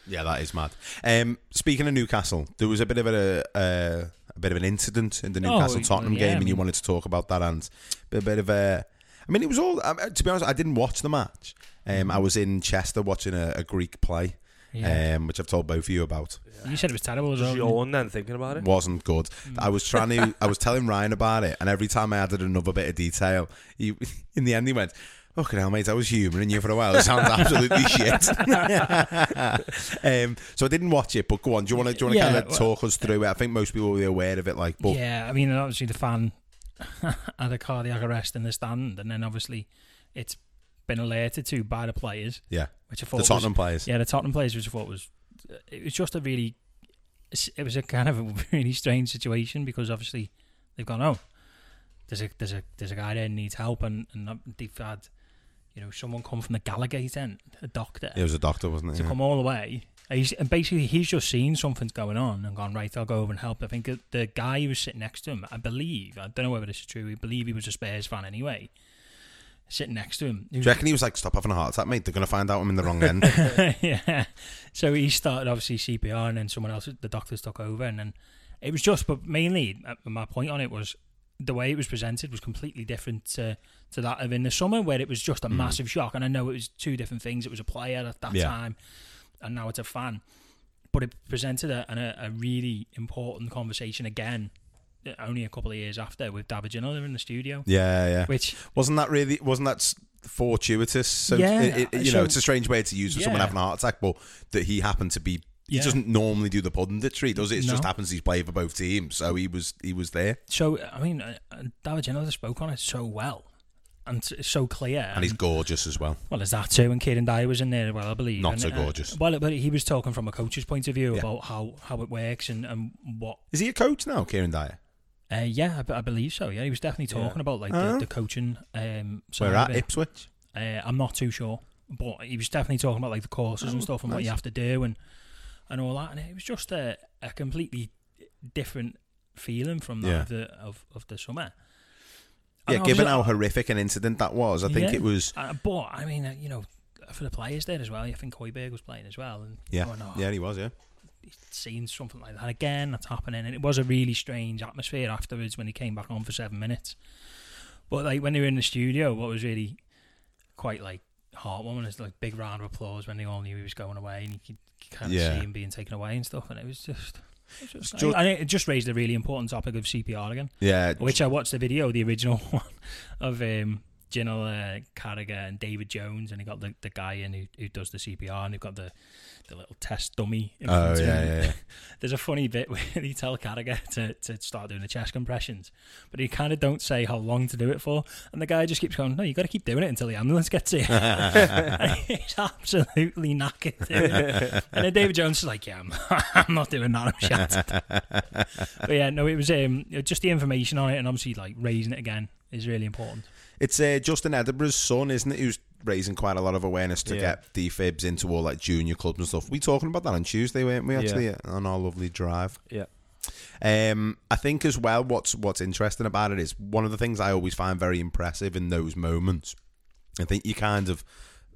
Speaker 4: Yeah, that is mad. Um, speaking of Newcastle, there was a bit of a uh, a bit of an incident in the
Speaker 5: Oh,
Speaker 4: Newcastle Tottenham
Speaker 5: yeah,
Speaker 4: game,
Speaker 5: I
Speaker 4: and you
Speaker 5: mean-
Speaker 4: wanted to talk about that. And a bit of a, I mean, it was all. um, To be honest, I didn't watch the match. Um, I was in Chester watching a, a Greek play,
Speaker 5: Mm. Yeah.
Speaker 4: um, which I've told both of you about.
Speaker 5: You said it was terrible as well.
Speaker 6: Just
Speaker 5: didn't you?
Speaker 6: yawn then thinking about it.
Speaker 4: Wasn't good. I was trying to. I was telling Ryan about it, and every time I added another bit of detail, he, in the end, he went. Okay, hell, mate, I was humouring you for a while. It sounds absolutely shit. um, so I didn't watch it, but go on. Do you want to? Do you want to
Speaker 5: Yeah,
Speaker 4: kind of
Speaker 5: well-
Speaker 4: talk us through it? I think most people will be aware of it. Like, but
Speaker 5: Yeah, I mean, and obviously the fan had a cardiac arrest in the stand, and then obviously it's been alerted to by the players,
Speaker 4: yeah,
Speaker 5: which I thought
Speaker 4: the Tottenham players.
Speaker 5: was, yeah, the Tottenham players, which I thought was it was just a really it was a kind of a really strange situation because obviously they've gone oh there's a there's a there's a guy there who needs help and and they've had you know someone come from the Gallagate end, a doctor
Speaker 4: It was a doctor, wasn't it?
Speaker 5: to
Speaker 4: Yeah.
Speaker 5: come all the way. He's, and basically, he's just seen something's going on and gone, right, I'll go over and help. I think the guy who was sitting next to him, I believe, I don't know whether this is true, I believe he was a Spurs fan anyway, sitting next to him. He
Speaker 4: Do
Speaker 5: was-
Speaker 4: you reckon he was like, "Stop having a heart attack, mate. They're going to find out I'm in the wrong end."
Speaker 5: yeah. So he started obviously CPR, and then someone else, the doctors took over, and then it was just. But mainly, uh, my point on it was the way it was presented was completely different to to that of in the summer, where it was just a massive shock. And I know it was two different things. It was a player at that
Speaker 4: Mm. Yeah.
Speaker 5: time, and now it's a fan. But it presented a, an- a, a really important conversation again, uh, only a couple of years after with David Ginola in the studio,
Speaker 4: yeah, yeah.
Speaker 5: which
Speaker 4: Wasn't that really? Wasn't that s- fortuitous? So
Speaker 5: Yeah,
Speaker 4: it, it, you
Speaker 5: so-
Speaker 4: know, it's a strange way to use for someone
Speaker 5: Yeah.
Speaker 4: having a heart attack, but that he happened to be. He
Speaker 5: Yeah.
Speaker 4: doesn't normally do the punditry, does it? It just
Speaker 5: No.
Speaker 4: happens he's played for both teams, so he was he was there
Speaker 5: So I mean, uh, uh, David Ginola spoke on it so well and s- so clear.
Speaker 4: and he's gorgeous as well.
Speaker 5: well, there's that too. And Kieran Dyer was in there, as well, I believe.
Speaker 4: Not
Speaker 5: and,
Speaker 4: so
Speaker 5: uh,
Speaker 4: gorgeous.
Speaker 5: well, but he was talking from a coach's point of view
Speaker 4: Yeah.
Speaker 5: about how, how it works and, and what.
Speaker 4: Is he a coach now, Kieran Dyer?
Speaker 5: Uh, yeah, I, b- I believe so. Yeah, he was definitely
Speaker 6: Yeah.
Speaker 5: talking about like
Speaker 4: Huh?
Speaker 5: the, the coaching. Um, side
Speaker 4: We're at
Speaker 5: of it.
Speaker 4: Ipswich.
Speaker 5: Uh, I'm not too sure, but he was definitely talking about like the courses and stuff and what you have to do and and all that. And it was just a, a completely different feeling from that
Speaker 4: Yeah.
Speaker 5: of the of, of the summer.
Speaker 4: Yeah,
Speaker 5: And I
Speaker 4: given
Speaker 5: was-
Speaker 4: how horrific an incident that was, I think
Speaker 5: Yeah.
Speaker 4: it was.
Speaker 5: Uh, but I mean, uh, you know, for the players there as well. I think Hoiberg was playing as well, and
Speaker 4: Yeah,
Speaker 5: going, "Oh,
Speaker 4: yeah, he was. Yeah,
Speaker 5: seeing something like that again. That's happening, and it was a really strange atmosphere afterwards when he came back on for seven minutes. But like when they were in the studio, what was really quite like heartwarming is like big round of applause when they all knew he was going away, and you could kind of
Speaker 4: Yeah.
Speaker 5: see him being taken away and stuff. And it was just, it was just,
Speaker 4: just-
Speaker 5: and it just raised a really important topic of CPR again
Speaker 4: yeah.
Speaker 5: which I watched the video, the original one of um, Jinnal uh, Carragher and David Jones, and he got the, the guy in who, who does the CPR, and they've got the, the little test dummy. In
Speaker 4: Oh
Speaker 5: front of
Speaker 4: yeah,
Speaker 5: him.
Speaker 4: yeah, yeah.
Speaker 5: There's a funny bit where they tell Carragher to, to start doing the chest compressions, but he kind of don't say how long to do it for, and the guy just keeps going, "No, you got to keep doing it until the ambulance gets here." And he's absolutely knackered. doing it. and then David Jones is like, "Yeah, I'm, I'm not doing that. I'm shattered." but yeah, no, it was um, just the information on it, and obviously like raising it again is really important.
Speaker 4: It's uh, Justin Edinburgh's son, isn't it? Who's raising quite a lot of awareness to
Speaker 6: Yeah.
Speaker 4: get defibs into all like junior clubs and stuff. We talking about that on Tuesday, weren't we? Actually, on our lovely drive.
Speaker 6: Yeah.
Speaker 4: Um, I think as well, what's what's interesting about it is one of the things I always find very impressive in those moments. I think you kind of,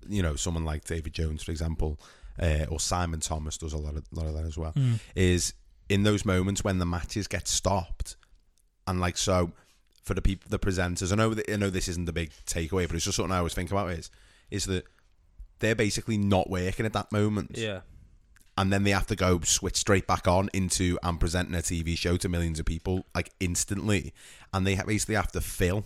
Speaker 4: you know, someone like David Jones, for example, uh, or Simon Thomas does a lot of lot of that as well. Is in those moments when the matches get stopped, and like so for the people, the presenters. I know, that, I know this isn't the big takeaway, but it's just something I always think about is is that they're basically not working at that moment
Speaker 6: Yeah.
Speaker 4: and then they have to go switch straight back on into and presenting a TV show to millions of people like instantly, and they ha- basically have to fill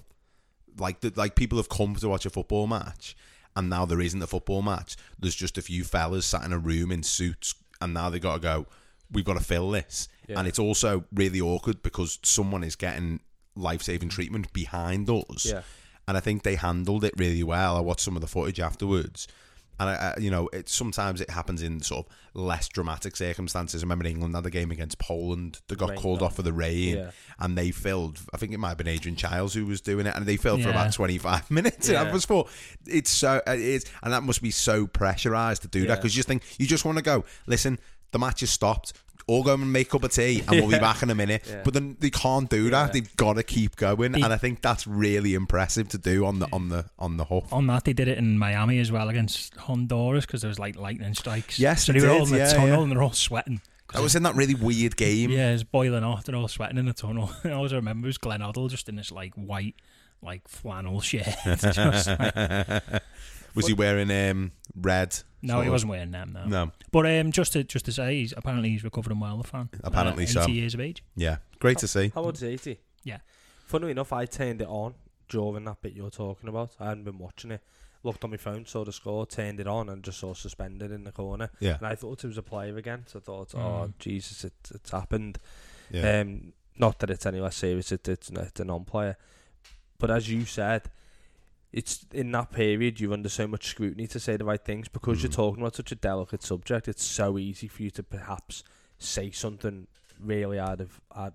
Speaker 4: like the, like people have come to watch a football match, and now there isn't a football match. There's just a few fellas sat in a room in suits, and now they got to go. We've got to fill this, and it's also really awkward because someone is getting life saving treatment behind us,
Speaker 6: Yeah.
Speaker 4: and I think they handled it really well. I watched some of the footage afterwards. And I, I, you know, it sometimes it happens in sort of less dramatic circumstances. I remember England had a game against Poland that got
Speaker 6: Rained
Speaker 4: called
Speaker 6: on.
Speaker 4: off for the rain,
Speaker 6: Yeah.
Speaker 4: and they filled. I think it might have been Adrian Childs who was doing it, and they filled for
Speaker 5: Yeah.
Speaker 4: about twenty five minutes. And I
Speaker 6: Yeah.
Speaker 4: was thought it's so it is, and that must be so pressurized to do that
Speaker 6: Yeah.
Speaker 4: because you just think you just want to go. Listen, the match has stopped. All go and make a cup of tea, and we'll be back in a minute. But then they can't do that. They've got to keep going, and I think that's really impressive to do on the on the on the hook.
Speaker 5: On that, they did it in Miami as well against Honduras because there was like lightning strikes.
Speaker 4: Yes,
Speaker 5: so
Speaker 4: they
Speaker 5: they were
Speaker 4: did,
Speaker 5: all in the
Speaker 4: yeah,
Speaker 5: tunnel
Speaker 4: yeah.
Speaker 5: and they're all sweating. 'Cause
Speaker 4: I was in that really weird game.
Speaker 5: Yeah, it's boiling off. They're all sweating in the tunnel. I always remember it was Glenn Hoddle just in this like white, like flannel shirt. Just like-
Speaker 4: Was he wearing um, red?
Speaker 5: no,
Speaker 4: sort
Speaker 5: he
Speaker 4: of-
Speaker 5: wasn't wearing them. No.
Speaker 4: No,
Speaker 5: But um, just to just to say, he's apparently he's recovering well. The fan.
Speaker 4: Apparently
Speaker 5: uh,
Speaker 4: so.
Speaker 5: 80 years of age.
Speaker 4: yeah, great to see.
Speaker 5: Uh,
Speaker 6: How old's 80?
Speaker 5: Yeah.
Speaker 6: Funnily enough, I turned it on during that bit you're talking about. I hadn't been watching it. Looked on my phone, saw the score, turned it on, and just saw suspended in the corner.
Speaker 4: Yeah,
Speaker 6: And I thought it was a player again. So I thought, oh,
Speaker 5: Mm.
Speaker 6: Jesus, it, it's happened.
Speaker 4: yeah,
Speaker 6: Um, not that it's any less serious. It, it's, it's a non-player, but as you said, it's in that period you're under so much scrutiny to say the right things because you're
Speaker 4: Mm.
Speaker 6: talking about such a delicate subject. It's so easy for you to perhaps say something really out of out,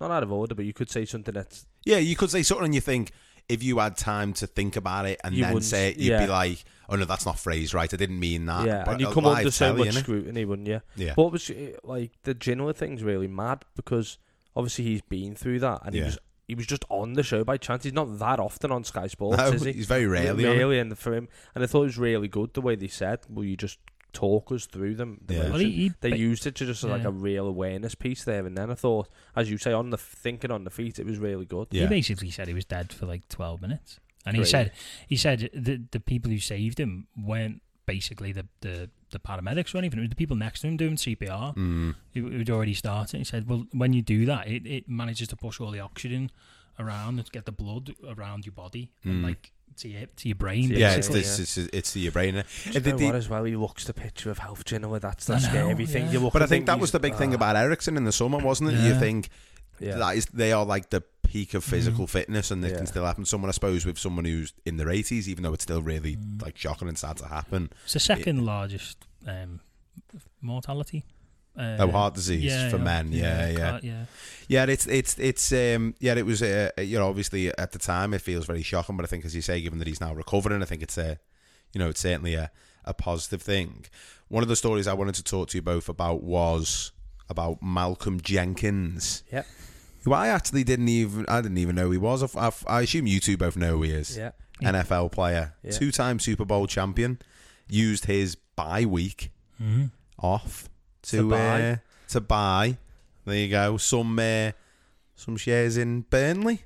Speaker 6: not out of order, but you could say something that's
Speaker 4: yeah. You could say something, and you think if you had time to think about it and
Speaker 6: You
Speaker 4: then
Speaker 6: wouldn't-
Speaker 4: say it, you'd
Speaker 6: yeah.
Speaker 4: be like, "Oh no, that's not phrased right. I didn't mean that."
Speaker 6: yeah,
Speaker 4: Ah, But
Speaker 6: and you
Speaker 4: a
Speaker 6: come
Speaker 4: live
Speaker 6: under so
Speaker 4: telly,
Speaker 6: much
Speaker 4: innit?
Speaker 6: scrutiny, wouldn't you?
Speaker 4: Yeah,
Speaker 6: What was uh, like the general thing's really mad because obviously he's been through that and
Speaker 4: Yeah.
Speaker 6: he was he was just on the show by chance. He's not that often on Sky Sports,
Speaker 4: No,
Speaker 6: is he?
Speaker 4: he's very rarely. on it.
Speaker 6: really, and for him, and I thought it was really good the way they said, "Will you just talk us through them?" the
Speaker 4: Yeah.
Speaker 6: motion."
Speaker 5: Well, he, he
Speaker 6: they
Speaker 5: ba-
Speaker 6: used it to just like
Speaker 5: yeah.
Speaker 6: a real awareness piece there, and then I thought, as you say, on the thinking on the feet, it was really good.
Speaker 5: He
Speaker 4: Yeah,
Speaker 5: basically said he was dead for like twelve minutes, and he
Speaker 6: Really?
Speaker 5: said he said the the people who saved him weren't basically the the, the paramedics or anything. It was the people next to him doing CPR.
Speaker 4: Mm.
Speaker 5: It, it had already started. He said, "Well, when you do that, it, it manages to push all the oxygen around and get the blood around your body
Speaker 4: Mm.
Speaker 5: and like to your to your brain."
Speaker 6: Yeah,
Speaker 4: yeah. It's,
Speaker 5: basically.
Speaker 6: basically,
Speaker 4: it's,
Speaker 6: yeah.
Speaker 4: it's, it's to your brain. innit?
Speaker 6: Do
Speaker 4: Uh,
Speaker 6: you know
Speaker 4: the-
Speaker 6: what as well? He looks the picture of health general. That's
Speaker 5: I
Speaker 6: the
Speaker 5: know,
Speaker 6: scary thing.
Speaker 5: yeah.
Speaker 6: You look
Speaker 4: But I
Speaker 6: and
Speaker 4: think that was
Speaker 6: he's-
Speaker 4: the big thing
Speaker 6: ah,
Speaker 4: about Ericsson in the summer, wasn't it? You
Speaker 5: Yeah.
Speaker 4: think
Speaker 6: yeah. Mm-hmm.
Speaker 4: that is they are like the peak of physical fitness, and it
Speaker 6: Yeah.
Speaker 4: can still happen. Someone, I suppose, with someone who's in their eighties, even though it's still really
Speaker 6: Mm.
Speaker 4: like shocking and sad to happen.
Speaker 5: It's the second largest um, mortality. Uh,
Speaker 4: oh, heart disease for men. Yeah, yeah,
Speaker 5: ca- yeah.
Speaker 4: yeah. It's it's it's um yeah. It was uh, you know obviously at the time it feels very shocking, but I think as you say, given that he's now recovering, I think it's a you know it's certainly a a positive thing. One of the stories I wanted to talk to you both about was about Malcolm Jenkins.
Speaker 6: Yeah.
Speaker 4: Who I actually didn't even I didn't even know he was. I, I, I assume you two both know who he is.
Speaker 6: yeah.
Speaker 4: NFL player,
Speaker 6: Yeah.
Speaker 4: two-time Super Bowl champion, used his bye week
Speaker 6: Mm-hmm.
Speaker 5: Mhm.
Speaker 4: off to
Speaker 6: To buy.
Speaker 4: Uh, to buy. There you go. Some uh, some shares in Burnley.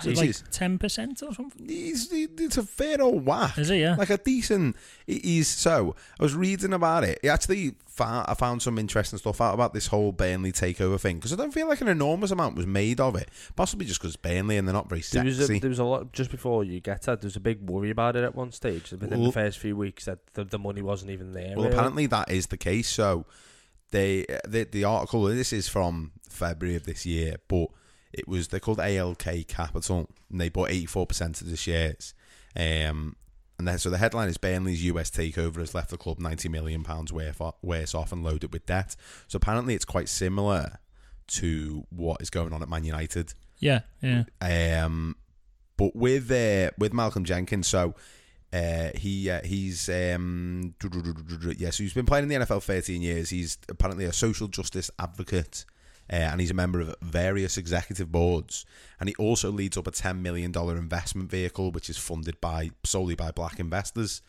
Speaker 5: Is it
Speaker 4: Which
Speaker 5: like
Speaker 4: is-
Speaker 5: ten percent or something?
Speaker 4: he's, he- it's a fair old whack.
Speaker 5: Is it? Yeah.
Speaker 4: Like a decent. he- He's so. I was reading about it. He actually, found, I found some interesting stuff out about this whole Burnley takeover thing because I don't feel like an enormous amount was made of it. Possibly just because Burnley and they're not very
Speaker 6: There
Speaker 4: sexy.
Speaker 6: was, a, there was a lot just before you get that. There was a big worry about it at one stage. Within
Speaker 4: Well-
Speaker 6: the first few weeks, that the, the money wasn't even there.
Speaker 4: Well,
Speaker 6: really.
Speaker 4: apparently that is the case. So they uh, the the article this is from February of this year, but it was they're called ALK Capital, and they bought eighty four percent of the shares. Um, and then so the headline is Burnley's US takeover has left the club ninety million pounds worth worse off and loaded with debt. So apparently it's quite similar to what is going on at Man United.
Speaker 5: Yeah, yeah.
Speaker 4: Um, but with uh, with Malcolm Jenkins, so uh, he uh, he's um, yeah, so he's been playing in the NFL 13 years. He's apparently a social justice advocate. Uh, and he's a member of various executive boards, and he also leads up a ten million dollar investment vehicle, which is funded by solely by black investors.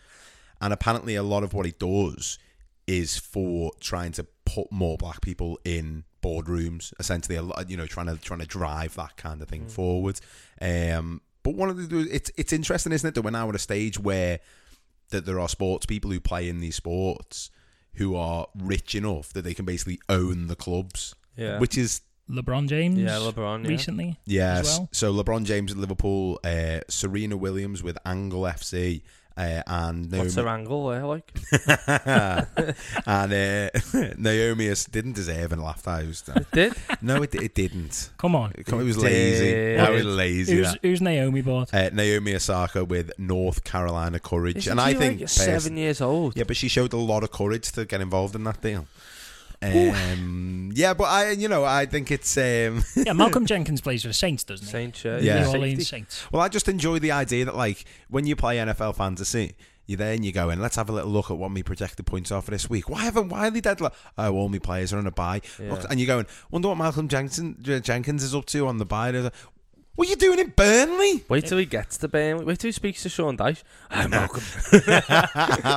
Speaker 4: And apparently, a lot of what he does is for trying to put more black people in boardrooms. Essentially, a lot, you know, trying to trying to drive that kind of thing
Speaker 6: Hmm.
Speaker 4: forward. Um, but one of the it's it's interesting, isn't it, that we're now at a stage where that there are sports people who play in these sports who are rich enough that they can basically own the clubs,
Speaker 6: yeah,
Speaker 4: which is
Speaker 5: LeBron James.
Speaker 6: yeah, LeBron yeah.
Speaker 5: recently.
Speaker 4: Yes.
Speaker 5: well.
Speaker 4: So LeBron James at Liverpool, uh, Serena Williams with Angle FC, Uh, and
Speaker 6: What's
Speaker 4: Naomi,
Speaker 6: her angle there, like?
Speaker 4: and uh, Naomi is- didn't deserve an laugh. I was
Speaker 6: Did?
Speaker 4: no, it, it didn't.
Speaker 5: Come on.
Speaker 4: It was lazy.
Speaker 6: did.
Speaker 4: I was lazy.
Speaker 5: Who's,
Speaker 4: that.
Speaker 5: who's Naomi bought?
Speaker 4: Uh, Naomi Osaka with North Carolina courage,
Speaker 6: Isn't
Speaker 4: and I
Speaker 6: she,
Speaker 4: think
Speaker 6: like,
Speaker 4: person-
Speaker 6: seven years old.
Speaker 4: Yeah, but she showed a lot of courage to get involved in that deal. Um, yeah, but I, you know, I think it's. Um,
Speaker 5: yeah, Malcolm Jenkins plays for the Saints, doesn't he?
Speaker 6: Saint Church.
Speaker 4: Yeah.
Speaker 5: New
Speaker 6: Safety.
Speaker 5: Orleans Saints.
Speaker 4: well, I just enjoy the idea that like when you play NFL fantasy, you're there and you go in. Let's have a little look at what my projected points are for this week. Why haven't why are they dead? Like, oh, all my players are on a buy,
Speaker 6: Yeah.
Speaker 4: and you're going. Wonder what Malcolm Jensen, Jenkins is up to on the buy. What are you doing in Burnley?
Speaker 6: Wait till he gets to Burnley. Wait till he speaks to Sean Dyche. I'm Malcolm.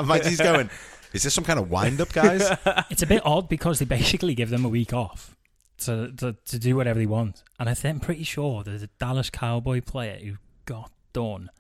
Speaker 4: Like, he's going. Is this some kind of wind up, guys?
Speaker 5: It's a bit odd because they basically give them a week off to, to, to do whatever they want. And I think I'm pretty sure there's a Dallas Cowboy player who got done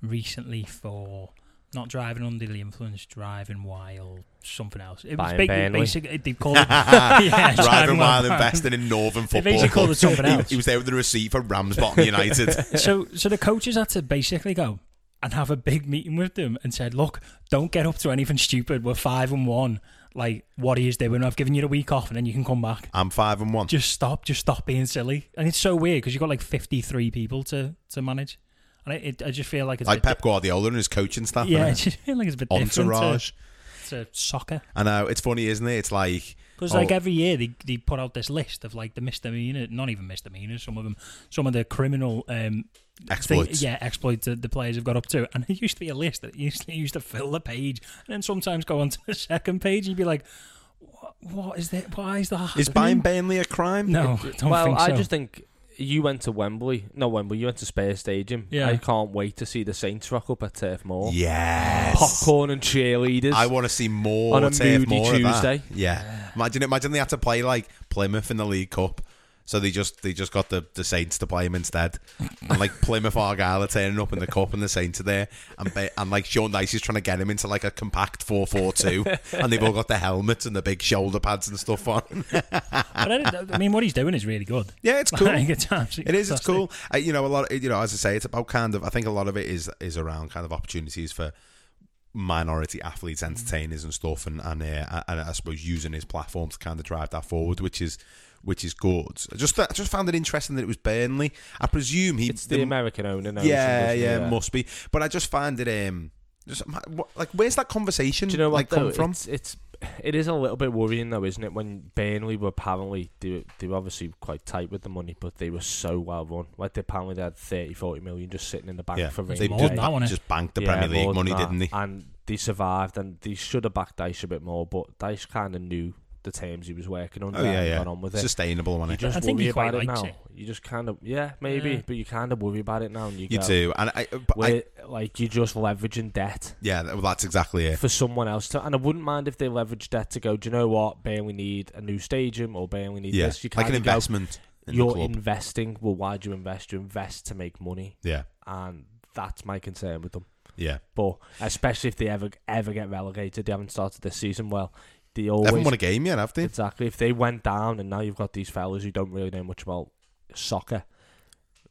Speaker 5: recently for not driving under the influence, driving while something else. It
Speaker 6: Buying
Speaker 5: ba-
Speaker 6: Burnley.
Speaker 5: basically they called it yeah,
Speaker 4: Driving while
Speaker 5: buying-
Speaker 4: investing in Northern football.
Speaker 5: basically called it
Speaker 4: clubs.
Speaker 5: something
Speaker 4: He-
Speaker 5: else.
Speaker 4: He, was there with the receipt for Ramsbottom United.
Speaker 5: so so the coaches had to basically go and have a big meeting with them and said, look, don't get up to anything stupid. We're five and one. Like, what are you doing? I've given you the week off and then you can come back.
Speaker 4: I'm five and one.
Speaker 5: just stop, just stop being silly. And it's so weird because you've got like 53 people to, to manage. And it, it, I just feel like it's a
Speaker 4: Like
Speaker 5: bit
Speaker 4: Pep Guardiola and his coaching staff.
Speaker 5: di- yeah, I
Speaker 4: innit?
Speaker 5: just feel like it's uh, a bit
Speaker 4: entourage.
Speaker 5: different to, to soccer.
Speaker 4: I know it's funny, isn't it? It's like
Speaker 5: Because
Speaker 4: oh,
Speaker 5: like every year they, they put out this list of like the misdemeanor, not even misdemeanors, some of them, some of the criminal um, thing-
Speaker 4: exploits.
Speaker 5: yeah, exploits that the players have got up to. And it used to be a list that used to, used to fill the page, and then sometimes go onto the second page, and you'd be like, what, what is that? Why is that?
Speaker 4: Is buying
Speaker 5: happening?"
Speaker 4: Burnley a crime?
Speaker 5: No, I don't
Speaker 6: well,
Speaker 5: think so.
Speaker 6: I just think you went to Wembley. No, Wembley. You went to Spare Stadium.
Speaker 5: Yeah.
Speaker 6: I can't wait to see the Saints rock up at Turf Moor.
Speaker 4: Yes.
Speaker 6: Popcorn and cheerleaders.
Speaker 4: I want to see more
Speaker 6: On a
Speaker 4: Turf
Speaker 6: moody
Speaker 4: Moor of that.
Speaker 6: Tuesday.
Speaker 4: Yeah. Imagine imagine they had to play like Plymouth in the League Cup. So they just they just got the, the Saints to play him instead, and like Plymouth Argyle are turning up in the cup, and the Saints are there, and ba- and like Sean Dice is trying to get him into like a compact four four two, and they've all got the helmets and the big shoulder pads and stuff on.
Speaker 5: But I, don't- I mean, what he's doing is really good.
Speaker 4: Yeah, it's cool.
Speaker 5: Like, it's absolutely
Speaker 4: It is. It's
Speaker 5: fantastic.
Speaker 4: cool. Uh, you know, a lot. Of, you know, as I say, it's about kind of. I think a lot of it is is around kind of opportunities for minority athletes,
Speaker 6: Mm.
Speaker 4: entertainers, and stuff, and and, uh, and I suppose using his platform to kind of drive that forward, which is which is good. I just I just found it interesting that it was Burnley. I presume he.
Speaker 6: it's the,
Speaker 4: the-
Speaker 6: American owner. Now,
Speaker 4: yeah, yeah, must be. But I just find it. Um, just ma- what, like where's that conversation?
Speaker 6: Do you know what
Speaker 4: Mm, like
Speaker 6: though?
Speaker 4: come from?
Speaker 6: It's, it's it is a little bit worrying though, isn't it? When Burnley were apparently they were, they were obviously quite tight with the money, but they were so well run. Like they apparently they had 30, 40 million just sitting in the bank
Speaker 4: Yeah,
Speaker 6: for rainy
Speaker 4: they
Speaker 5: more
Speaker 6: day.
Speaker 5: than that, wasn't it?
Speaker 4: just banked the
Speaker 6: Yeah,
Speaker 4: Premier League
Speaker 6: more than
Speaker 4: money,
Speaker 6: that.
Speaker 4: didn't they?
Speaker 6: And they survived, and they should have backed Dice a bit more, but Dice kind of knew the terms he was working under
Speaker 4: Oh yeah,
Speaker 6: and
Speaker 4: yeah.
Speaker 6: got on with it.
Speaker 4: Sustainable money.
Speaker 6: You just
Speaker 5: I think
Speaker 6: worry
Speaker 5: he quite
Speaker 6: about it
Speaker 5: likes
Speaker 6: now.
Speaker 5: it.
Speaker 6: You just kind of, yeah, maybe,
Speaker 5: Yeah.
Speaker 6: but you kind of worry about it now. And you,
Speaker 4: You
Speaker 6: go,
Speaker 4: do, and I, but I,
Speaker 6: We're, like you're just leveraging debt
Speaker 4: yeah, well, that's exactly it.
Speaker 6: for someone else to, and I wouldn't mind if they leveraged debt to go. Do you know what? Barely need a new stadium, or barely need
Speaker 4: Yeah,
Speaker 6: this. You
Speaker 4: like an
Speaker 6: kinda go,
Speaker 4: investment in the
Speaker 6: You're
Speaker 4: club.
Speaker 6: investing. Well, why do you invest? You invest to make money,
Speaker 4: yeah,
Speaker 6: and that's my concern with them.
Speaker 4: yeah.
Speaker 6: But especially if they ever ever get relegated, they haven't started this season well. They
Speaker 4: They haven't
Speaker 6: always
Speaker 4: won a game yet, have they?
Speaker 6: exactly if they went down, and now you've got these fellas who don't really know much about soccer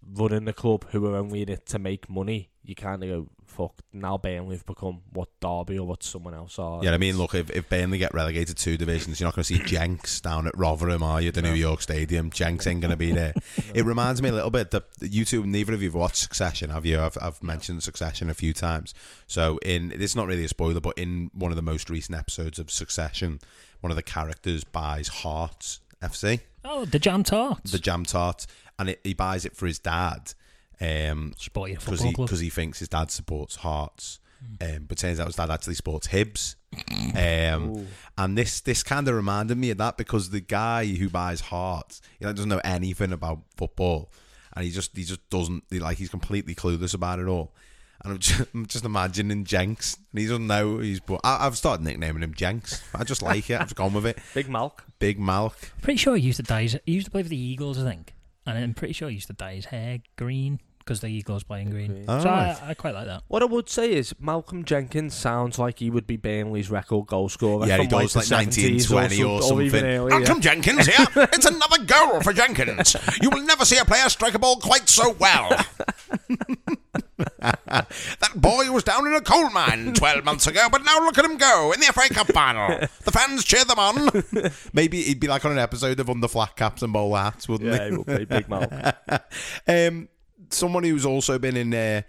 Speaker 6: running the club, who are only in it to make money. You kind of go fuck. Now Burnley have become what Derby or what someone else are.
Speaker 4: Yeah, I mean, look, if, if Burnley get relegated two divisions, you're not going to see Jenks down at Rotherham, are you? at The New York Stadium, Jenks ain't going to be there. It reminds me a little bit that that you two, neither of you have watched Succession, have you? I've, I've mentioned Succession a few times. So in it's not really a spoiler, but in one of the most recent episodes of Succession, one of the characters buys Hearts FC.
Speaker 5: Oh, the jam tarts.
Speaker 4: the jam tart, and it, he buys it for his dad. Um,
Speaker 5: Just bought you a
Speaker 4: because
Speaker 5: football
Speaker 4: he
Speaker 5: club. Hmm.
Speaker 4: because he thinks his dad supports Hearts, um, but turns out his dad actually supports Hibs. Um, and this this kind of reminded me of that because the guy who buys Hearts, he like, doesn't know anything about football, and he just he just doesn't he, like he's completely clueless about it all. And I'm just, I'm just imagining Jenks, and he doesn't know who he's. But I, I've started nicknaming him Jenks. I just like it. I've gone with it.
Speaker 6: Big Malk.
Speaker 4: Big Malk.
Speaker 5: pretty sure he used to dye. His, he used to play for the Eagles, I think, and I'm pretty sure he used to dye his hair green because the Eagles playing green.
Speaker 4: Oh,
Speaker 5: so
Speaker 4: right.
Speaker 5: I, I quite like that.
Speaker 6: What I would say is Malcolm Jenkins sounds like he would be Burnley's record goal scorer.
Speaker 4: Yeah, he
Speaker 6: from like,
Speaker 4: does
Speaker 6: the
Speaker 4: like 1920 or,
Speaker 6: 70s
Speaker 4: something.
Speaker 6: Or even earlier, yeah.
Speaker 4: Malcolm Jenkins here. It's another goal for Jenkins. You will never see a player strike a ball quite so well. that boy was down in a coal mine 12 months ago, but now look at him go in the FA Cup final. The fans cheer them on. Maybe he'd be like on an episode of Under Flat Caps and Bowl Hats, wouldn't he?
Speaker 6: Yeah, he will be Big Mal.
Speaker 4: um, someone who's also been in uh,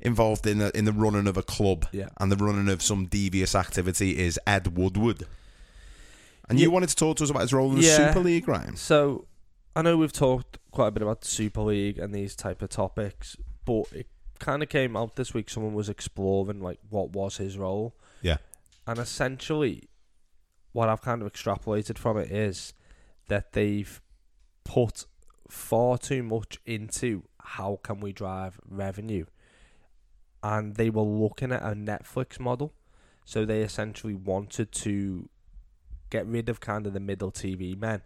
Speaker 4: involved in the, in the running of a club
Speaker 6: Yeah.
Speaker 4: and the running of some devious activity is Ed Woodward. And you
Speaker 6: Yeah.
Speaker 4: wanted to talk to us about his role in the
Speaker 6: Yeah.
Speaker 4: Super League, right?
Speaker 6: So, I know we've talked quite a bit about the Super League and these type of topics, but it kind of came out this week. Someone was exploring like what was his role,
Speaker 4: Yeah.
Speaker 6: and essentially, what I've kind of extrapolated from it is that they've put far too much into how can we drive revenue, and they were looking at a Netflix model, so they essentially wanted to get rid of kind of the middle TV men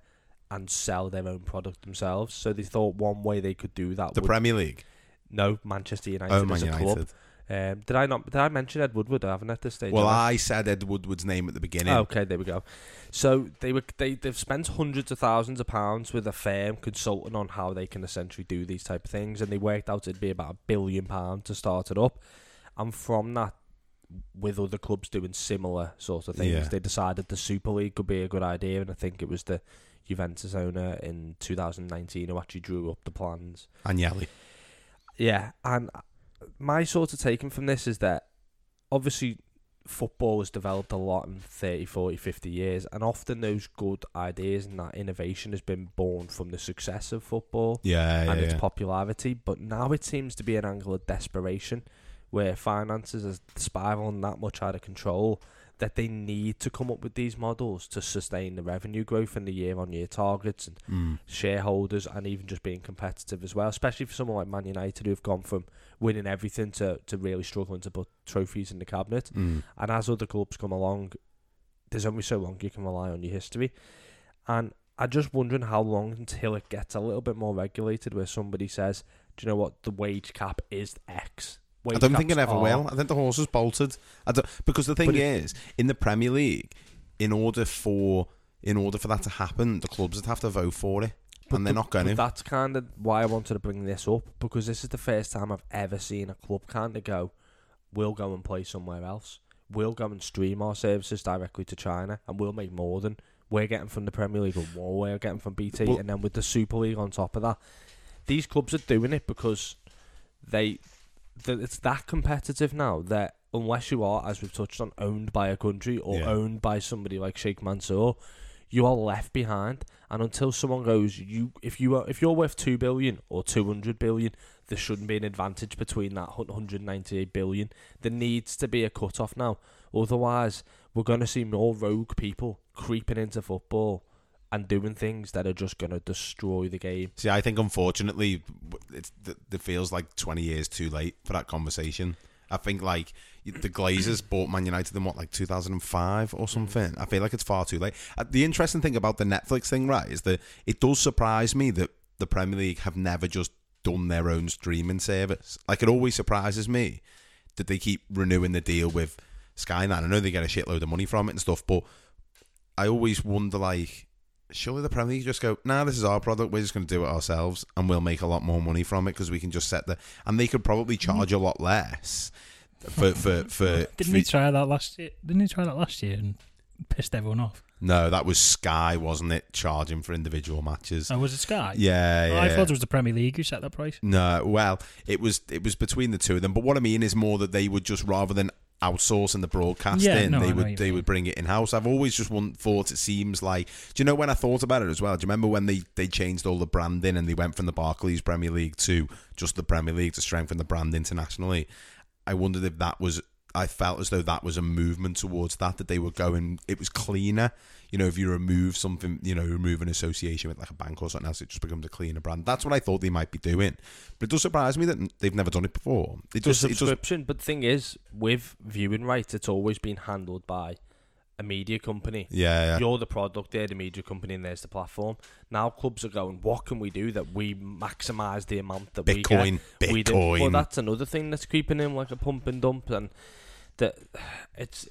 Speaker 6: and sell their own product themselves. So they thought one way they could do that
Speaker 4: The
Speaker 6: would
Speaker 4: Premier League.
Speaker 6: no Manchester United
Speaker 4: Oh, Man
Speaker 6: as a club.
Speaker 4: United.
Speaker 6: Um, did I not? Did I mention Ed Woodward? I haven't at this stage.
Speaker 4: Well,
Speaker 6: have I?
Speaker 4: I said Ed Woodward's name at the beginning.
Speaker 6: Oh, Okay, there we go. So they were they they've spent hundreds of thousands of pounds with a firm consulting on how they can essentially do these type of things, and they worked out it'd be about a billion pound to start it up, and from that, with other clubs doing similar sort of things,
Speaker 4: Yeah.
Speaker 6: they decided the Super League could be a good idea, and I think it was the Juventus owner in 2019 who actually drew up the plans.
Speaker 4: Agnelli.
Speaker 6: Yeah, and my sort of taken from this is that obviously football has developed a lot in 30, 40, 50 years, and often those good ideas and that innovation has been born from the success of football
Speaker 4: Yeah, yeah,
Speaker 6: and its
Speaker 4: yeah.
Speaker 6: popularity. But now it seems to be an angle of desperation where finances are spiraling that much out of control that they need to come up with these models to sustain the revenue growth and the year on year targets and
Speaker 4: Hmm.
Speaker 6: shareholders and even just being competitive as well, especially for someone like Man United who've gone from winning everything to, to really struggling to put trophies in the cabinet.
Speaker 4: Hmm.
Speaker 6: And as other clubs come along, there's only so long you can rely on your history. And I'm just wondering how long until it gets a little bit more regulated where somebody says, do you know what, the wage cap is X.
Speaker 4: I
Speaker 6: Wage
Speaker 4: don't think it
Speaker 6: caps
Speaker 4: ever
Speaker 6: are-
Speaker 4: will. I think the horse has bolted. I don't, because the thing
Speaker 6: Oh. But
Speaker 4: is, in the Premier League, in order for in order for that to happen, the clubs would have to vote for it, and they're not
Speaker 6: But
Speaker 4: going to.
Speaker 6: that's kind of why I wanted to bring this up because this is the first time I've ever seen a club kind of go, we'll go and play somewhere else. We'll go and stream our services directly to China and we'll make more than we're getting from the Premier League or more we're getting from BT.
Speaker 4: Well-
Speaker 6: and then with the Super League on top of that, these clubs are doing it because they th- it's that competitive now that unless you are, as we've touched on, owned by a country or
Speaker 4: Yeah.
Speaker 6: owned by somebody like Sheikh Mansour, you are left behind. And until someone goes, you if you are if you're worth two billion or two hundred billion, there shouldn't be an advantage between that hun- 198 billion. There needs to be a cut off now. Otherwise, we're going to see more rogue people creeping into football and doing things that are just going to destroy the game.
Speaker 4: See, I think unfortunately, w- it's, th- it feels like 20 years too late for that conversation. I think like the Glazers bought Man United in what like 2005 or something. I feel like it's far too late. Uh, The interesting thing about the Netflix thing, right, is that it does surprise me that the Premier League have never just done their own streaming service. Like it always surprises me that they keep renewing the deal with Sky. Now I know they get a shitload of money from it and stuff, but I always wonder like surely the Premier League just go, nah, this is our product. We're just going to do it ourselves, and we'll make a lot more money from it because we can just set the and they could probably charge a lot less for for for.
Speaker 5: Mm-hmm. Didn't
Speaker 4: for-
Speaker 5: he try that last year? Didn't he try that last year and pissed everyone off?
Speaker 4: no, that was Sky, wasn't it? Charging for individual matches.
Speaker 5: Oh, was it Sky?
Speaker 4: Yeah,
Speaker 5: Oh,
Speaker 4: yeah.
Speaker 5: I thought it was the Premier League who set that price.
Speaker 4: No, well, it was it was between the two of them. But what I mean is more that they would just rather than outsourcing the broadcasting,
Speaker 5: Yeah, no, I
Speaker 4: they
Speaker 5: know what
Speaker 4: would
Speaker 5: you
Speaker 4: they
Speaker 5: mean.
Speaker 4: would bring it in house. I've always just one thought it seems like. Do you know when I thought about it as well? Do you remember when they they changed all the branding and they went from the Barclays Premier League to just the Premier League to strengthen the brand internationally? I wondered if that was. I felt as though that was a movement towards that that they were going. It was cleaner, you know. If you remove something, you know, remove an association with like a bank or something else, it just becomes a cleaner brand. That's what I thought they might be doing. But it does surprise me that they've never done it before. It
Speaker 6: the
Speaker 4: does. It does.
Speaker 6: subscription. But the thing is, with viewing rights, it's always been handled by a media company.
Speaker 4: Yeah, yeah.
Speaker 6: You're the product, they're the media company, and there's the platform. Now clubs are going, what can we do that we maximise the amount that
Speaker 4: Bitcoin,
Speaker 6: we get? We didn't-
Speaker 4: Bitcoin.
Speaker 6: Well, that's another thing that's creeping in like a pump and dump, and that it's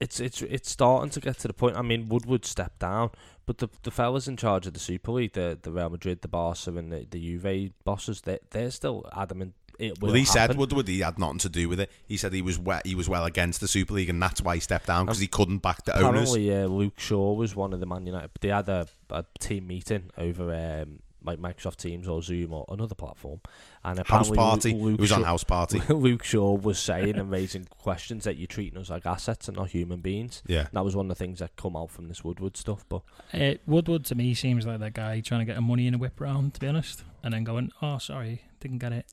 Speaker 6: it's it's it's starting to get to the point. I mean, Woodward stepped down, but the the fellas in charge of the Super League, the the Real Madrid, the Barca, and the the Juve bosses, they they're still adamant it will
Speaker 4: Well, he
Speaker 6: happen.
Speaker 4: said Woodward he had nothing to do with it. He said he was we- he was well against the Super League, and that's why he stepped down because he couldn't back the owners.
Speaker 6: Apparently, uh, Luke Shaw was one of the Man United. They had a, a team meeting over um, like Microsoft Teams or Zoom or another platform, and
Speaker 4: House
Speaker 6: apparently Lu-
Speaker 4: party.
Speaker 6: Luke
Speaker 4: He was on
Speaker 6: Shaw-
Speaker 4: house party.
Speaker 6: Luke Shaw was saying and raising questions that you're treating us like assets and not human beings.
Speaker 4: Yeah.
Speaker 6: That was one of the things that come out from this Woodward stuff. But
Speaker 5: Uh, Woodward to me seems like that guy trying to get a money in a whip round, to be honest, and then going, "Oh, sorry, didn't get it."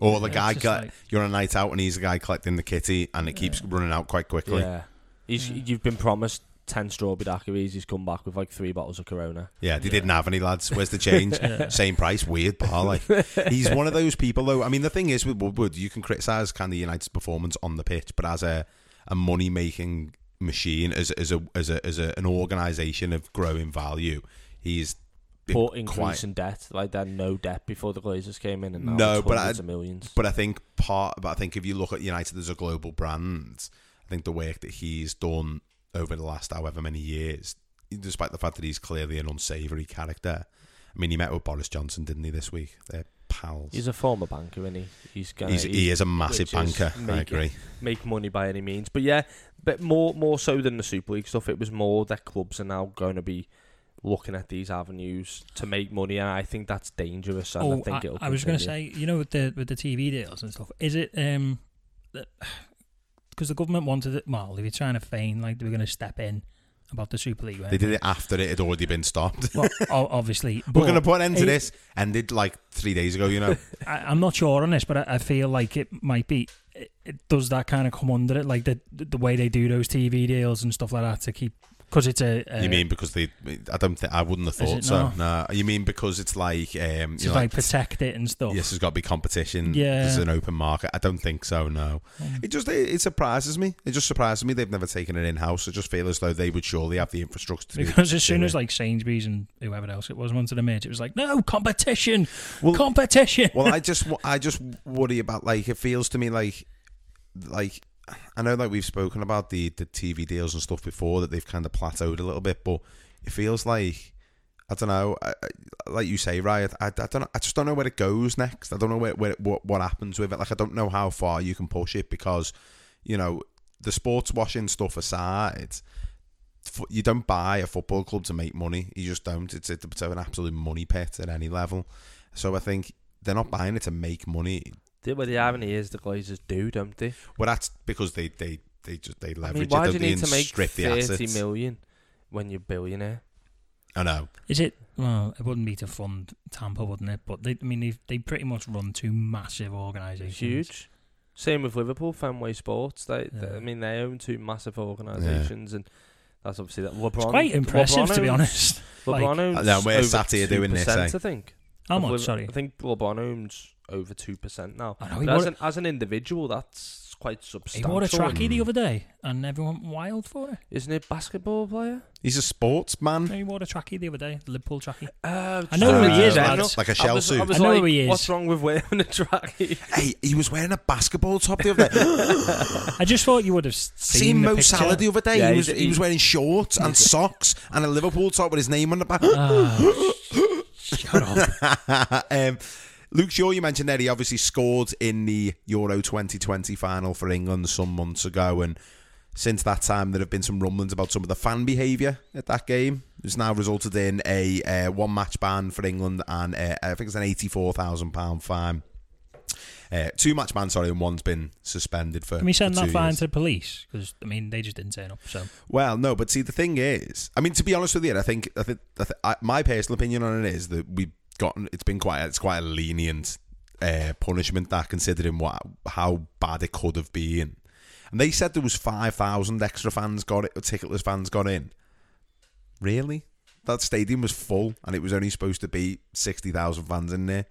Speaker 4: Or the
Speaker 5: Yeah,
Speaker 4: guy
Speaker 5: it's just
Speaker 4: got
Speaker 5: like-
Speaker 4: you're on a night out and he's the guy collecting the kitty and it keeps running out quite quickly. Yeah,
Speaker 6: yeah, he's, you've been promised ten strawberry daiquiris. He's come back with like three bottles of Corona.
Speaker 4: they didn't have any lads. Where's the change? Same price, weird bar. Like he's one of those people though. I mean, the thing is with Woodward, you can criticise kind of United's performance on the pitch, but as a a money making machine, as as a as a as a, an organisation of growing value, he's been
Speaker 6: Poor increase
Speaker 4: quite
Speaker 6: in debt. Like they had no debt before the Glazers came in, and now
Speaker 4: No,
Speaker 6: it's
Speaker 4: but I-
Speaker 6: hundreds of millions.
Speaker 4: But I think part, but I think if you look at United as a global brand, I think the work that he's done over the last however many years, despite the fact that he's clearly an unsavoury character. I mean, he met with Boris Johnson, didn't he, this week? They're pals.
Speaker 6: He's a former banker, isn't he? He's gonna,
Speaker 4: He's- he is a massive
Speaker 6: which is
Speaker 4: banker. I
Speaker 6: make it-
Speaker 4: agree.
Speaker 6: make money by any means. But yeah, but more more so than the Super League stuff, it was more that clubs are now going to be looking at these avenues to make money, and I think that's dangerous. And I
Speaker 5: oh,
Speaker 6: think
Speaker 5: I,
Speaker 6: it'll.
Speaker 5: I was going to
Speaker 6: continue.
Speaker 5: say, you know, with the with the TV deals and stuff, is it um, because the government wanted it? Well, they were trying to feign like they were going to step in about the Super League. weren't
Speaker 4: They did it after it had already been stopped.
Speaker 5: Well, o- obviously,
Speaker 4: We're
Speaker 5: but
Speaker 4: going to put an end to
Speaker 5: it-
Speaker 4: this. Ended like three days ago, you know.
Speaker 5: I, I'm not sure on this, but I, I feel like it might be. It, it does that kind of come under it, like the the way they do those TV deals and stuff like that to keep because it's a, a
Speaker 4: you mean because they? I don't think I wouldn't have
Speaker 5: Is
Speaker 4: thought
Speaker 5: it
Speaker 4: so.
Speaker 5: not?
Speaker 4: No, you mean because it's like um,
Speaker 5: to
Speaker 4: you know, like
Speaker 5: like protect it and stuff.
Speaker 4: Yes, there's got to be competition.
Speaker 5: Yeah. Mm.
Speaker 4: There's an open market. I don't think so, no. It just it, it surprises me. It just surprises me they've never taken it in house. I just feel as though they would surely have the infrastructure to do
Speaker 5: Because as soon
Speaker 4: do
Speaker 5: as
Speaker 4: it.
Speaker 5: like Sainsbury's and whoever else it was wanted to merge, it was like no competition,
Speaker 4: Well-
Speaker 5: competition.
Speaker 4: Well, I just wo- I just worry about like it feels to me like like I know like we've spoken about the the TV deals and stuff before that they've kind of plateaued a little bit, but it feels like I don't know, I, I- like you say, right? I, I don't know. I just don't know where it goes next. I don't know where, where what what happens with it. Like I don't know how far you can push it because you know the sports washing stuff aside. fo- You don't buy a football club to make money. You just don't. It's, it's an absolute money pit at any level. So I think they're not buying it to make money.
Speaker 6: They- well, the irony is the Glazers do, don't they?
Speaker 4: Well, that's because they they they just they
Speaker 6: I
Speaker 4: leverage
Speaker 6: mean, why
Speaker 4: it.
Speaker 6: do you
Speaker 4: don't they,
Speaker 6: need to
Speaker 4: and
Speaker 6: make
Speaker 4: strip the
Speaker 6: thirty
Speaker 4: assets.
Speaker 6: million when you're a billionaire?
Speaker 4: I know.
Speaker 5: Is it? Well, it wouldn't be to fund Tampa, wouldn't it? But they, I mean, they they pretty much run two massive organisations.
Speaker 6: It's huge. Same with Liverpool, Fenway Sports. They, they-
Speaker 5: Yeah.
Speaker 6: I mean, they own two massive organisations, and that's obviously that. LeBron,
Speaker 5: It's quite impressive,
Speaker 6: LeBron
Speaker 5: to be
Speaker 6: owns-
Speaker 5: honest. Like-
Speaker 6: LeBron owns.
Speaker 4: No, we're
Speaker 6: over
Speaker 4: sat here doing this,
Speaker 6: 2%,
Speaker 4: eh?
Speaker 6: I think.
Speaker 5: How
Speaker 6: Of
Speaker 5: much?
Speaker 6: Liv-
Speaker 5: Sorry.
Speaker 6: I think LeBron owns over two percent now.
Speaker 5: I know, he
Speaker 6: But as
Speaker 5: wore-
Speaker 6: an as an individual, that's quite
Speaker 5: He
Speaker 6: substantial,
Speaker 5: wore a trackie the
Speaker 4: Mm.
Speaker 5: other day, and everyone went wild for it.
Speaker 6: isn't it? Basketball player.
Speaker 4: He's a sportsman.
Speaker 5: No, he wore a trackie the other day, the Liverpool trackie.
Speaker 6: Uh,
Speaker 5: I know who he is,
Speaker 4: Uh,
Speaker 5: lads.
Speaker 4: like a shell
Speaker 6: I was,
Speaker 4: suit. Eh.
Speaker 6: I, was
Speaker 5: I know
Speaker 6: like,
Speaker 5: who he is.
Speaker 6: What's wrong with wearing a trackie?
Speaker 4: Hey, he was wearing a basketball top the other day.
Speaker 5: I just thought you would have seen,
Speaker 4: Seen
Speaker 5: the
Speaker 4: Mo
Speaker 5: picture.
Speaker 4: Salah the other day.
Speaker 6: Yeah,
Speaker 4: he was
Speaker 6: he's-
Speaker 4: he was wearing shorts and socks and a Liverpool top with his name on the back.
Speaker 5: Ah.
Speaker 4: um, Luke Shaw, you mentioned there, he obviously scored in the Euro 2020 final for England some months ago. And since that time, there have been some rumblings about some of the fan behaviour at that game. It's now resulted in a uh, one match ban for England and uh, I think it's an £84,000 fine. Uh, two match ban, sorry, and one's been suspended for.
Speaker 5: Can we send
Speaker 4: for
Speaker 5: that
Speaker 4: two
Speaker 5: fine
Speaker 4: years.
Speaker 5: to the police? Because I mean, they just didn't turn up. So
Speaker 4: Well, no, but see, the thing is, I mean, to be honest with you, I think, I think, I th- I, my personal opinion on it is that we've gotten it's been quite it's quite a lenient uh, punishment that considering what how bad it could have been. And they said there was five thousand extra fans got it, ticketless fans got in. Really, that stadium was full, and it was only supposed to be sixty thousand fans in there.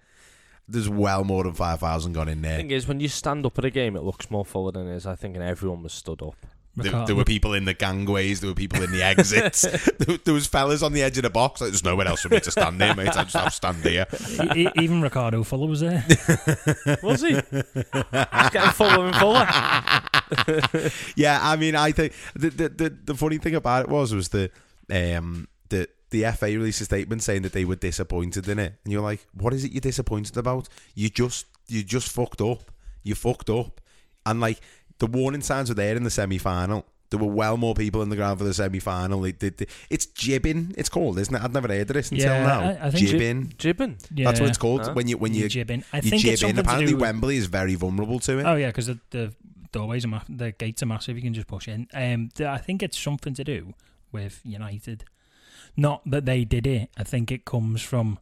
Speaker 4: There's well more than five thousand got in
Speaker 6: The
Speaker 4: there.
Speaker 6: thing is, when you stand up at a game, it looks more fuller than it is. I think, and everyone was stood up.
Speaker 4: There,
Speaker 5: Ricardo-
Speaker 4: there were people in the gangways. There were people in the exits. there, there was fellas on the edge of the box. Like, There's nowhere else for me to stand here, mate. I just I'll stand here.
Speaker 5: e- e- even Ricardo Fuller was there.
Speaker 6: Was he? He's getting fuller and fuller.
Speaker 4: Yeah, I mean, I think the the, the, the funny thing about it was was that um, that the FA released a statement saying that they were disappointed in it, and you're like, "What is it you're disappointed about? You just you just fucked up. You fucked up." And like the warning signs were there in the semi final. There were well more people in the ground for the semi final. It, it, it's jibbing. It's called, isn't it? I'd never heard of this until
Speaker 5: Yeah,
Speaker 4: now.
Speaker 5: I- I think jib-
Speaker 4: jibbing.
Speaker 6: Jibbing.
Speaker 5: Yeah.
Speaker 4: That's what it's called
Speaker 6: Huh?
Speaker 4: when you when
Speaker 5: You
Speaker 4: you
Speaker 5: jibbing. I
Speaker 4: you
Speaker 5: think it's
Speaker 4: jibbing.
Speaker 5: something to
Speaker 4: Apparently,
Speaker 5: do with-
Speaker 4: Wembley is very vulnerable to it.
Speaker 5: Oh yeah, because the, the doorways are ma- the gates are massive. You can just push in. Um, th- I think it's something to do with United. Not that they did it. I think it comes from.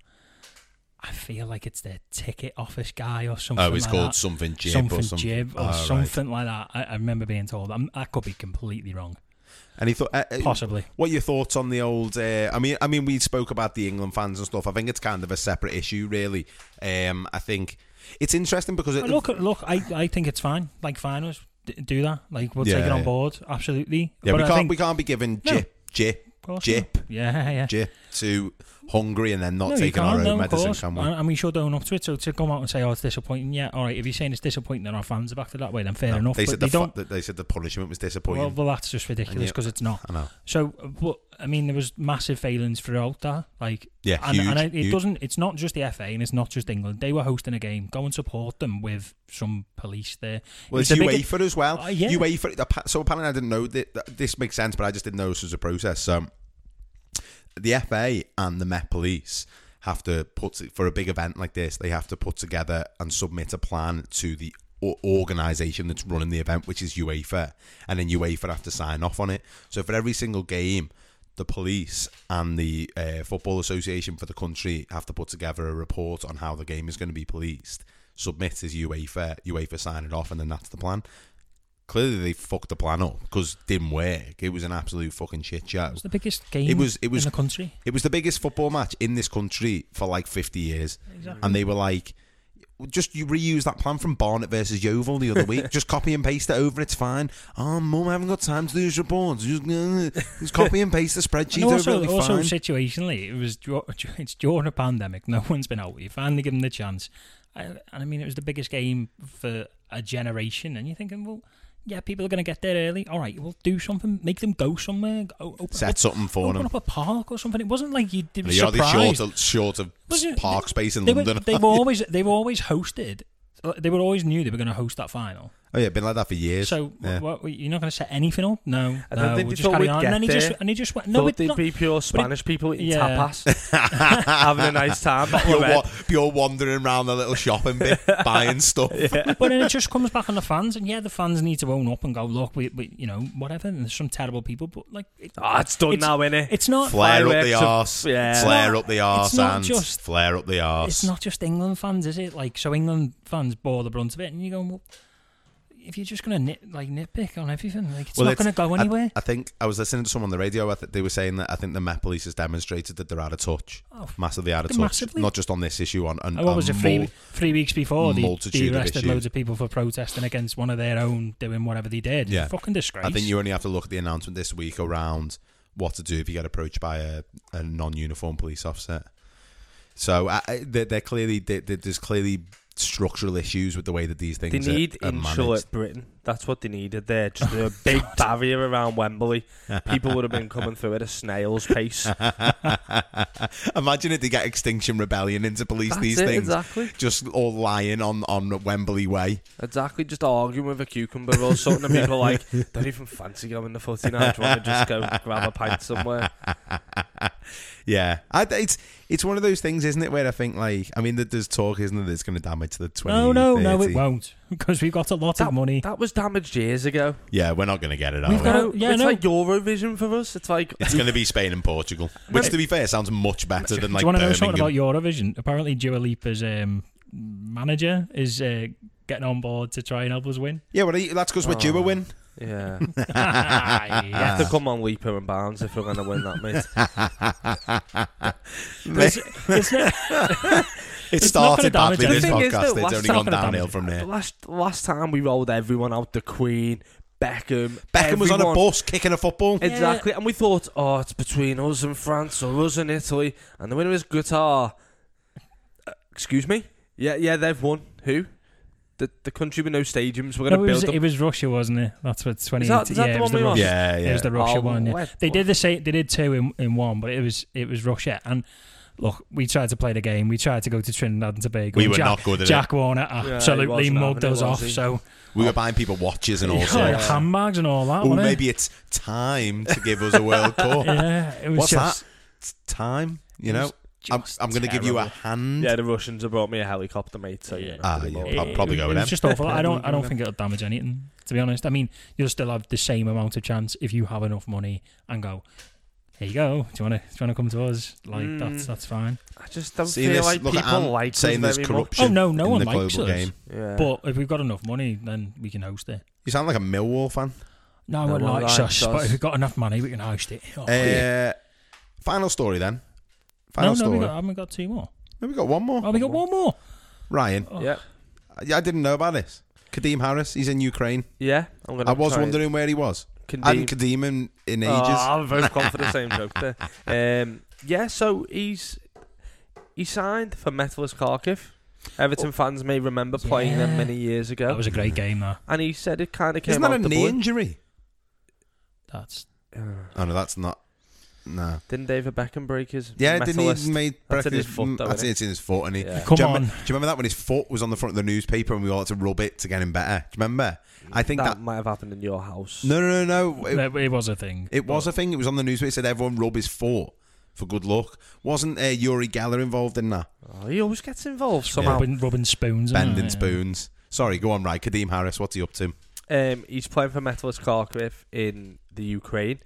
Speaker 5: I feel like it's their ticket office guy or something.
Speaker 4: Oh, it's
Speaker 5: like
Speaker 4: called
Speaker 5: that.
Speaker 4: something jib
Speaker 5: something
Speaker 4: or something.
Speaker 5: jib or
Speaker 4: Oh, right.
Speaker 5: something like that. I, I remember being told. I'm, I could be completely wrong.
Speaker 4: And he thought, uh, uh,
Speaker 5: Possibly.
Speaker 4: What are your thoughts on the old? Uh, I mean, I mean, we spoke about the England fans and stuff. I think it's kind of a separate issue, really. Um, I think it's interesting because it,
Speaker 5: But look, look, I, I think it's fine. Like finals, d- do that. Like we'll take
Speaker 4: Yeah,
Speaker 5: it on
Speaker 4: yeah.
Speaker 5: board. Absolutely.
Speaker 4: yeah,
Speaker 5: But
Speaker 4: we
Speaker 5: I
Speaker 4: can't
Speaker 5: think-
Speaker 4: we can't be giving
Speaker 5: No.
Speaker 4: jip jip
Speaker 5: of course
Speaker 4: jip
Speaker 5: not. Yeah, yeah.
Speaker 4: jip to Hungary and then not
Speaker 5: No, you
Speaker 4: taking our
Speaker 5: can't,
Speaker 4: own
Speaker 5: no, of
Speaker 4: medicine,
Speaker 5: course. Uh,
Speaker 4: can we?
Speaker 5: And, and we should own up to it. So to come out and say, "Oh, it's disappointing," yeah, all right. If you're saying it's disappointing, then our fans are back to that way. Then fair
Speaker 4: No,
Speaker 5: enough.
Speaker 4: they
Speaker 5: but
Speaker 4: said
Speaker 5: they
Speaker 4: the fa-
Speaker 5: don't.
Speaker 4: that they said the punishment was
Speaker 5: well,
Speaker 4: disappointing.
Speaker 5: well, that's just ridiculous
Speaker 4: you-
Speaker 5: because it's not.
Speaker 4: I know.
Speaker 5: So, but I mean, there was massive failings throughout that. Like,
Speaker 4: Yeah,
Speaker 5: and,
Speaker 4: huge,
Speaker 5: and it, it
Speaker 4: huge.
Speaker 5: doesn't. It's not just the FA and it's not just England. They were hosting a game. Go and support them with some police there.
Speaker 4: Well,
Speaker 5: It
Speaker 4: it's
Speaker 5: was the
Speaker 4: UEFA
Speaker 5: biggest-
Speaker 4: as well.
Speaker 5: Uh, yeah.
Speaker 4: UEFA. appa- So apparently, I didn't know that, that- this makes sense, but I just didn't know this was a process. So the FA and the Met Police have to put for a big event like this. They have to put together and submit a plan to the o- organisation that's running the event, which is UEFA, and then UEFA have to sign off on it. So for every single game. The police and the uh, Football Association for the country have to put together a report on how the game is going to be policed, submit to UEFA, UEFA sign it off, and then that's the plan clearly they fucked the plan up because didn't work. It was an absolute fucking shit show.
Speaker 5: It was the biggest game.
Speaker 4: It was- it was-
Speaker 5: in the country.
Speaker 4: It was the biggest football match in this country for like 50 years, and they were like. Just you reuse that plan from Barnet versus Yeovil the other week. Just copy and paste it over. It's fine. Oh, mum, I haven't got time to do these reports. Just, uh, just copy and paste the spreadsheet
Speaker 5: And also,
Speaker 4: over. It'll be
Speaker 5: also
Speaker 4: fine.
Speaker 5: situationally, it was dur- it's during a pandemic. No one's been out. You finally give them the chance, I, and I mean, it was the biggest game for a generation. And you're thinking, well, yeah, people are going to get there early. All right, well, do something. Make them go somewhere. O- open
Speaker 4: Set
Speaker 5: up,
Speaker 4: something for
Speaker 5: open
Speaker 4: them.
Speaker 5: up a park or something. It wasn't like you did.
Speaker 4: You're already
Speaker 5: surprised.
Speaker 4: short of, short of
Speaker 5: Wasn't-
Speaker 4: park space in
Speaker 5: they
Speaker 4: London.
Speaker 5: Were, they were always they were always hosted. uh, They were always knew they were going to host that final.
Speaker 4: oh yeah, been like that for years.
Speaker 5: So
Speaker 4: yeah.
Speaker 5: what, you're not going to set anything up? No,
Speaker 6: I don't
Speaker 5: no.
Speaker 6: think
Speaker 5: We'll
Speaker 6: they
Speaker 5: just
Speaker 6: thought
Speaker 5: carry
Speaker 6: we'd
Speaker 5: on.
Speaker 6: get
Speaker 5: And then he just
Speaker 6: there.
Speaker 5: and he just went.
Speaker 6: No,
Speaker 5: No,
Speaker 6: Thought
Speaker 5: it's
Speaker 6: they'd
Speaker 5: not.
Speaker 6: be pure Spanish people eating
Speaker 5: Yeah.
Speaker 6: tapas, having a nice time. But
Speaker 4: you're,
Speaker 6: we're
Speaker 4: wa- you're wandering around the little shopping bit buying stuff.
Speaker 5: but then it just comes back on the fans, and yeah, the fans need to own up and go, look, we, we you know, whatever. And there's some terrible people, but like, it,
Speaker 6: Ah, it's done now, innit?
Speaker 5: It's not.
Speaker 4: Flare up the
Speaker 6: Fireworks of-
Speaker 4: arse.
Speaker 6: yeah.
Speaker 4: Flare
Speaker 5: It's
Speaker 4: up the
Speaker 5: not-
Speaker 4: arse
Speaker 5: it's not
Speaker 4: and
Speaker 5: just-
Speaker 4: flare up the arse.
Speaker 5: It's not just England fans, is it? Like, so England fans bore the brunt of it, and you go, well, if you're just gonna nit, like nitpick on everything, like it's not gonna go
Speaker 4: I-
Speaker 5: anywhere.
Speaker 4: I, think I was listening to someone on the radio. I th- they were saying that I think the Met Police has demonstrated that they're out of touch,
Speaker 5: Oh, f-
Speaker 4: massively out of touch.
Speaker 5: massively.
Speaker 4: Not just on this issue, on, on
Speaker 5: And Oh, what was
Speaker 4: on
Speaker 5: it three,
Speaker 4: more-
Speaker 5: three weeks before they,
Speaker 4: multitude
Speaker 5: they
Speaker 4: of
Speaker 5: arrested
Speaker 4: issues.
Speaker 5: loads of people for protesting against one of their own doing whatever they did?
Speaker 4: Yeah.
Speaker 5: fucking disgrace.
Speaker 4: I think you only have to look at the announcement this week around what to do if you get approached by a, a non-uniform police officer. So I, I- they're, they're clearly they there's clearly structural issues with the way that these
Speaker 6: They
Speaker 4: things are-
Speaker 6: need
Speaker 4: are, managed.
Speaker 6: insular Britain. That's what they needed there. Just a big barrier around Wembley. People would have been coming through at a snail's pace.
Speaker 4: Imagine if they get Extinction Rebellion into police
Speaker 6: That's
Speaker 4: these
Speaker 6: it,
Speaker 4: things.
Speaker 6: exactly.
Speaker 4: Just all lying on, on Wembley Way.
Speaker 6: Exactly, just arguing with a cucumber or something. And people like, don't even fancy going to 49. Do you want to just go grab a pint somewhere?
Speaker 4: Yeah. I, it's it's one of those things, isn't it, where I think, like, I mean, that there's talk, isn't there, that's going to damage the 20
Speaker 5: no, no, no,
Speaker 4: 30.
Speaker 5: it won't because we've got a lot
Speaker 6: That,
Speaker 5: of money.
Speaker 6: that was damaged years ago.
Speaker 4: Yeah, we're not going to get it, are
Speaker 5: We've
Speaker 4: we?
Speaker 5: got-
Speaker 6: No,
Speaker 5: No, yeah,
Speaker 6: it's
Speaker 5: no.
Speaker 6: like Eurovision for us. It's like,
Speaker 4: It's going to be Spain and Portugal, which, to be fair, sounds much better than, like,
Speaker 5: Do you want to know
Speaker 4: Birmingham.
Speaker 5: something about Eurovision? Apparently, Dua Lipa's um, manager is uh, getting on board to try and help us win.
Speaker 4: yeah, well, that's
Speaker 5: Oh.
Speaker 4: because we're due a win.
Speaker 6: yeah. You
Speaker 5: yeah.
Speaker 6: have
Speaker 4: Ah.
Speaker 6: to come on Leaper and Bounds if we're going to win that, mate.
Speaker 5: It's, it's not,
Speaker 4: It
Speaker 5: It's not gonna
Speaker 4: started badly
Speaker 5: damage
Speaker 4: this
Speaker 6: anything. The thing is,
Speaker 4: podcast.
Speaker 6: though,
Speaker 4: It's
Speaker 6: last
Speaker 4: only
Speaker 5: time-
Speaker 4: gone downhill from
Speaker 6: The
Speaker 4: there.
Speaker 6: last, last time we rolled everyone out, the Queen, Beckham.
Speaker 4: Beckham was on a
Speaker 6: everyone.
Speaker 4: bus kicking a football.
Speaker 6: Exactly. And we thought, oh, it's between us and France or us and Italy. And the winner is Qatar. Uh, excuse me? Yeah, yeah, they've won. Who? the, the country with no stadiums. We're
Speaker 5: No,
Speaker 6: going to
Speaker 5: it was,
Speaker 6: build
Speaker 5: it
Speaker 6: up.
Speaker 5: was Russia, wasn't it? That's what
Speaker 6: Is
Speaker 5: 2018.
Speaker 6: that- is that
Speaker 5: yeah,
Speaker 6: the
Speaker 5: it was
Speaker 6: one we lost?
Speaker 5: Russia.
Speaker 4: Yeah,
Speaker 5: It was
Speaker 4: yeah.
Speaker 5: the Russia
Speaker 6: Oh,
Speaker 5: one. Yeah.
Speaker 6: what-
Speaker 5: They did the same. They did two in, in one, but it was it was Russia. And look, we tried to play the game. We tried to go to Trinidad and Tobago.
Speaker 4: We
Speaker 5: and
Speaker 4: were
Speaker 5: Jack,
Speaker 4: not good at
Speaker 5: Jack Warner
Speaker 6: he
Speaker 5: absolutely
Speaker 6: wasn't
Speaker 5: mugged
Speaker 6: having it, was
Speaker 5: us off.
Speaker 6: he?
Speaker 5: So
Speaker 4: it. We were buying people watches and all
Speaker 5: yeah,
Speaker 4: sorts.
Speaker 5: handbags and all that.
Speaker 4: Ooh,
Speaker 5: wasn't it?
Speaker 4: maybe it's time to give us a World Cup.
Speaker 5: Yeah, it was
Speaker 4: What's
Speaker 5: just,
Speaker 4: that? It's time. You
Speaker 5: It
Speaker 4: know,
Speaker 5: was
Speaker 4: I'm,
Speaker 5: just
Speaker 4: I'm going to give you a hand.
Speaker 6: Yeah, the Russians have brought me a helicopter, mate. So yeah,
Speaker 4: Ah,
Speaker 6: nothing
Speaker 4: yeah.
Speaker 6: more.
Speaker 4: Prob-
Speaker 5: It-
Speaker 4: probably
Speaker 5: it,
Speaker 4: go
Speaker 5: was
Speaker 4: with them.
Speaker 5: just awful. I don't.
Speaker 6: Probably
Speaker 5: I
Speaker 6: go
Speaker 5: don't
Speaker 6: with
Speaker 5: think it'll damage anything. To be honest, I mean, you'll still have the same amount of chance if you have enough money and go. Here you go. Do you want to? Do you want to come to us? Like
Speaker 6: Mm.
Speaker 5: that's that's fine.
Speaker 6: I just don't
Speaker 4: See
Speaker 6: feel
Speaker 4: this?
Speaker 6: like
Speaker 4: Look at
Speaker 6: people
Speaker 4: Ant
Speaker 6: like us
Speaker 4: saying there's
Speaker 6: very
Speaker 4: corruption.
Speaker 5: Oh, no, no
Speaker 4: in
Speaker 5: one
Speaker 4: the
Speaker 5: likes
Speaker 4: global
Speaker 5: us.
Speaker 4: game.
Speaker 6: Much. Yeah.
Speaker 5: But if we've got enough money, then we can host it.
Speaker 4: You sound like a Millwall fan.
Speaker 5: No,
Speaker 6: I
Speaker 5: we're
Speaker 6: won't
Speaker 5: not
Speaker 6: like
Speaker 5: sus, but
Speaker 6: sus.
Speaker 5: if we've got enough money, we can host it. Oh,
Speaker 4: Uh, Final story then.
Speaker 5: no,
Speaker 4: Final
Speaker 5: no,
Speaker 4: story.
Speaker 5: we got, haven't got two more.
Speaker 4: No, we got one more.
Speaker 5: Oh, we got one more. Oh.
Speaker 4: Ryan,
Speaker 6: yeah,
Speaker 4: I, I didn't know about this. Kadeem Harris, he's in Ukraine.
Speaker 6: yeah. I'm gonna.
Speaker 4: I was
Speaker 6: try and-
Speaker 4: wondering where he was.
Speaker 6: Can
Speaker 4: I
Speaker 6: Dean-
Speaker 4: hadn't Kadeem in, in ages.
Speaker 6: Oh, I'm very confident same joke there. Um, yeah, so he's he signed for Metalist Kharkiv. Everton
Speaker 4: Oh.
Speaker 6: fans may remember playing them
Speaker 5: Yeah.
Speaker 6: many years
Speaker 5: That
Speaker 6: ago,
Speaker 5: was a great game, though.
Speaker 6: and he said it kind of came
Speaker 4: Isn't that
Speaker 6: out
Speaker 4: a
Speaker 6: the
Speaker 4: knee
Speaker 6: blue.
Speaker 4: injury?
Speaker 5: That's
Speaker 6: Uh,
Speaker 4: Oh no, that's not. No.
Speaker 6: Didn't David Beckham break his?
Speaker 4: Yeah, didn't
Speaker 6: Metalist?
Speaker 4: he made
Speaker 6: That's in his
Speaker 4: breakfast-
Speaker 6: foot,
Speaker 4: mm,
Speaker 6: though,
Speaker 4: That's
Speaker 6: innit?
Speaker 4: it's in his foot, and he.
Speaker 6: Yeah.
Speaker 5: come
Speaker 4: do you
Speaker 5: on.
Speaker 4: Remember, do you remember that when his foot was on the front of the newspaper and we all had to rub it to get him better? Do you remember? I think
Speaker 6: that,
Speaker 4: that.
Speaker 6: might have happened in your house.
Speaker 4: No, no, no, no. It,
Speaker 5: It, it was a thing.
Speaker 4: it was a thing. It was on the newspaper. It said everyone rub his foot for good luck. Wasn't uh, Yuri Geller involved in that?
Speaker 5: Mm.
Speaker 6: Oh, he always gets involved somehow.
Speaker 5: rubbing, rubbing spoons. and
Speaker 4: Bending spoons. Sorry, go on, right. Kadeem Harris, what's he up to?
Speaker 6: Um, he's playing for Metalist Kharkiv in the Ukraine.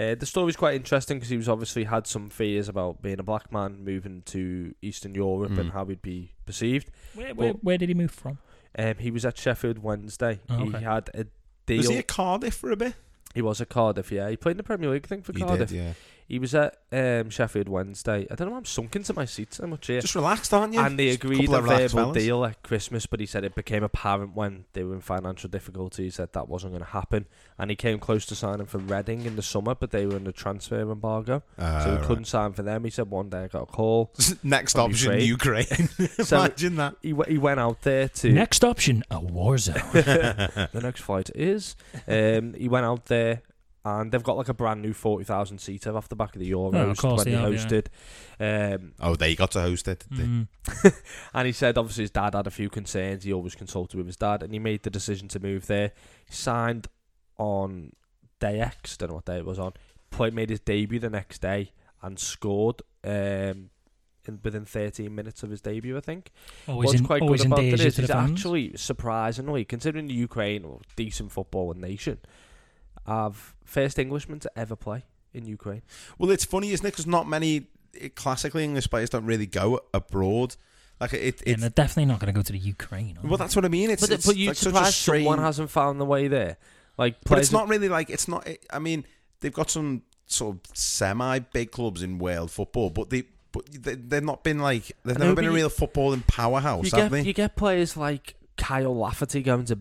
Speaker 6: Uh, the story's quite interesting because he was obviously had some fears about being a black man moving to Eastern Europe and
Speaker 4: Mm.
Speaker 6: how he'd be perceived.
Speaker 5: Where, where,
Speaker 6: But-
Speaker 5: where did he move from?
Speaker 6: Um, he was at Sheffield Wednesday.
Speaker 5: Oh,
Speaker 6: He
Speaker 5: okay.
Speaker 6: had a deal.
Speaker 4: Was
Speaker 6: he,
Speaker 4: he at Cardiff for a bit?
Speaker 6: was at Cardiff. Yeah, he played in the Premier League thing for
Speaker 4: He
Speaker 6: Cardiff.
Speaker 4: did, yeah.
Speaker 6: He was at um, Sheffield Wednesday. I don't know. I'm sunk into my seat so much here.
Speaker 4: Just relaxed, aren't you?
Speaker 6: and they
Speaker 4: Just a
Speaker 6: agreed
Speaker 4: couple
Speaker 6: a
Speaker 4: of relaxed
Speaker 6: verbal
Speaker 4: fellas.
Speaker 6: deal at Christmas, but he said it became apparent when they were in financial difficulties that that wasn't going to happen. And he came close to signing for Reading in the summer, but they were under transfer embargo,
Speaker 4: Ah,
Speaker 6: so he
Speaker 4: right.
Speaker 6: couldn't sign for them. He said one day I got a call.
Speaker 4: Next
Speaker 6: I'll be
Speaker 4: option,
Speaker 6: afraid.
Speaker 4: Ukraine.
Speaker 6: So-
Speaker 4: Imagine that.
Speaker 6: He w- he went out there to
Speaker 5: Next option, a war zone.
Speaker 6: the next flight is. Um, he went out there and they've got like a brand new 40,000 seater off the back of the Euros
Speaker 5: Oh, of course
Speaker 6: when
Speaker 5: they have,
Speaker 6: hosted. Um,
Speaker 4: Oh, they got to host it, did they?
Speaker 5: Mm.
Speaker 6: and he said, obviously, his dad had a few concerns. He always consulted with his dad and he made the decision to move there. He signed on day X, don't know what day it was on. Played, made his debut the next day and scored um, in, within 13 minutes of his debut, I think.
Speaker 5: Always,
Speaker 6: What's
Speaker 5: in,
Speaker 6: quite
Speaker 5: always
Speaker 6: good about it
Speaker 5: endangered
Speaker 6: is
Speaker 5: to the
Speaker 6: it's
Speaker 5: fans.
Speaker 6: actually surprisingly, considering the Ukraine or decent football and nation, have first Englishman to ever play in Ukraine.
Speaker 4: Well, it's funny, isn't it? Because not many eh, classically English players don't really go abroad. Like it,
Speaker 5: and
Speaker 4: it's
Speaker 5: they're definitely not going to go to the Ukraine. are
Speaker 4: well,
Speaker 5: they?
Speaker 4: that's what I mean. It's
Speaker 6: but
Speaker 4: it's
Speaker 6: but you
Speaker 4: like such a
Speaker 6: surprised
Speaker 4: strange.
Speaker 6: someone hasn't found the way there. Like,
Speaker 4: but
Speaker 6: players-
Speaker 4: it's not really like it's not. It, I mean, they've got some sort of semi big clubs in world football, but they but they, they've not been like they've
Speaker 6: I
Speaker 4: never
Speaker 6: know,
Speaker 4: been
Speaker 6: but
Speaker 4: a
Speaker 6: you-
Speaker 4: real footballing powerhouse,
Speaker 6: You
Speaker 4: have
Speaker 6: get
Speaker 4: they?
Speaker 6: you get players like Kyle Lafferty going to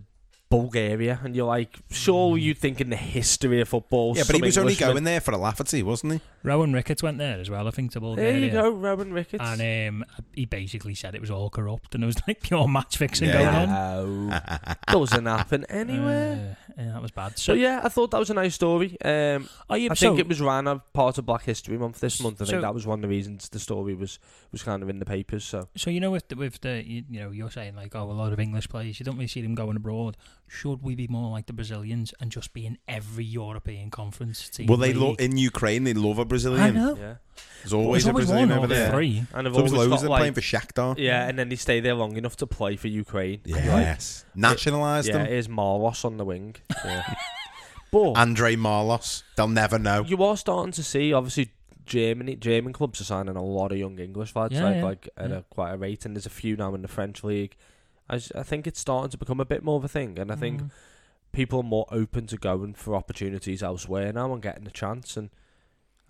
Speaker 6: Bulgaria, and you're like,
Speaker 5: Mm.
Speaker 6: surely you'd think in the history of football,
Speaker 4: yeah, but he
Speaker 6: some
Speaker 4: was only
Speaker 6: Englishman-
Speaker 4: going there for a Lafferty, wasn't he?
Speaker 5: Rowan Ricketts went there as well, I think, to Bulgaria.
Speaker 6: There you go, Rowan Ricketts.
Speaker 5: And um, he basically said it was all corrupt and it was like pure match fixing
Speaker 4: Yeah.
Speaker 5: going on.
Speaker 6: No, doesn't happen anywhere.
Speaker 5: Uh, yeah, that was bad.
Speaker 6: So
Speaker 5: So,
Speaker 6: yeah, I thought that was a nice story. Um,
Speaker 5: are you,
Speaker 6: I
Speaker 5: so,
Speaker 6: think it was ran a part of Black History Month this month. I think
Speaker 5: So-
Speaker 6: that was one of the reasons the story was was kind of in the papers. So
Speaker 5: So you know, with the, with the you, you know, you're saying like, oh, a lot of English players, you don't really see them going abroad. Should we be more like the Brazilians and just be in every European conference team?
Speaker 4: Well, they
Speaker 5: league?
Speaker 4: lo- in Ukraine they love a
Speaker 5: I
Speaker 4: Brazilian.
Speaker 5: know.
Speaker 6: yeah,
Speaker 4: There's always,
Speaker 5: There's always
Speaker 4: a Brazilian
Speaker 5: one
Speaker 4: over
Speaker 5: or
Speaker 4: there.
Speaker 5: three.
Speaker 6: and I've
Speaker 4: There's always
Speaker 6: always
Speaker 4: loads
Speaker 6: got
Speaker 4: that are
Speaker 6: like
Speaker 4: playing for Shakhtar.
Speaker 6: yeah, and then they stay there long enough to play for Ukraine. And you're like,
Speaker 4: Yes, nationalised
Speaker 6: yeah,
Speaker 4: them.
Speaker 6: here's Marlos on the wing. Yeah. but
Speaker 4: Andre Marlos, they'll never know.
Speaker 6: you are starting to see obviously Germany German clubs are signing a lot of young English lads
Speaker 5: Yeah,
Speaker 6: like,
Speaker 5: yeah,
Speaker 6: like at
Speaker 5: yeah.
Speaker 6: a, quite a rate, and there's a few now in the French league. I, s- I think it's starting to become a bit more of a thing, and I think
Speaker 5: Mm.
Speaker 6: people are more open to going for opportunities elsewhere now and getting a chance. And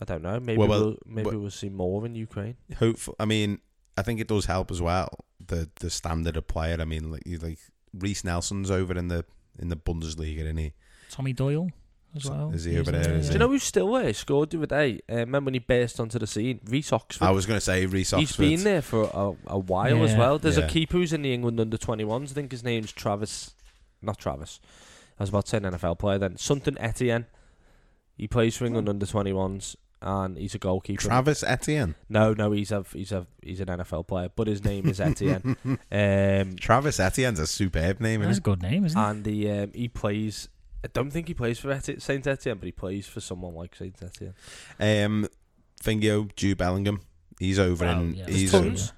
Speaker 6: I don't know, maybe
Speaker 4: Well,
Speaker 6: we'll,
Speaker 4: well,
Speaker 6: maybe
Speaker 4: well-
Speaker 6: we'll, see more in Ukraine.
Speaker 4: hopeful. I mean, I think it does help as well the the standard of player. I mean, like you like Reese Nelson's over in the in the Bundesliga, isn't he?
Speaker 5: Tommy Doyle. as well.
Speaker 4: Is he over
Speaker 5: He's
Speaker 4: there,
Speaker 5: in
Speaker 4: is
Speaker 6: Do
Speaker 4: he?
Speaker 6: you know who still there? Scored the other day. Uh, remember when he burst onto the scene? Reese Oxford.
Speaker 4: I was going to say Reese
Speaker 6: He's
Speaker 4: Oxford.
Speaker 6: been there for a, a while as
Speaker 5: Yeah.
Speaker 6: well. There's
Speaker 4: Yeah.
Speaker 6: a keeper who's in the England under 21s. I think his name's Travis. Not Travis. I was about to say an NFL player then. Something Etienne. He plays for England under 21s and he's a goalkeeper.
Speaker 4: Travis Etienne.
Speaker 6: no, no, he's a he's a he's an NFL player, but his name is Etienne. um,
Speaker 4: Travis Etienne's a superb name,
Speaker 5: That's
Speaker 4: isn't
Speaker 5: a good name, isn't it?
Speaker 6: and he um, he plays. I don't think he plays for Eti- Saint Etienne, but he plays for someone like Saint Etienne.
Speaker 4: it? Um, Fingio, Jude Bellingham. He's over
Speaker 5: Well,
Speaker 4: in.
Speaker 5: yeah.
Speaker 4: He's
Speaker 6: There's
Speaker 4: o-
Speaker 6: tons.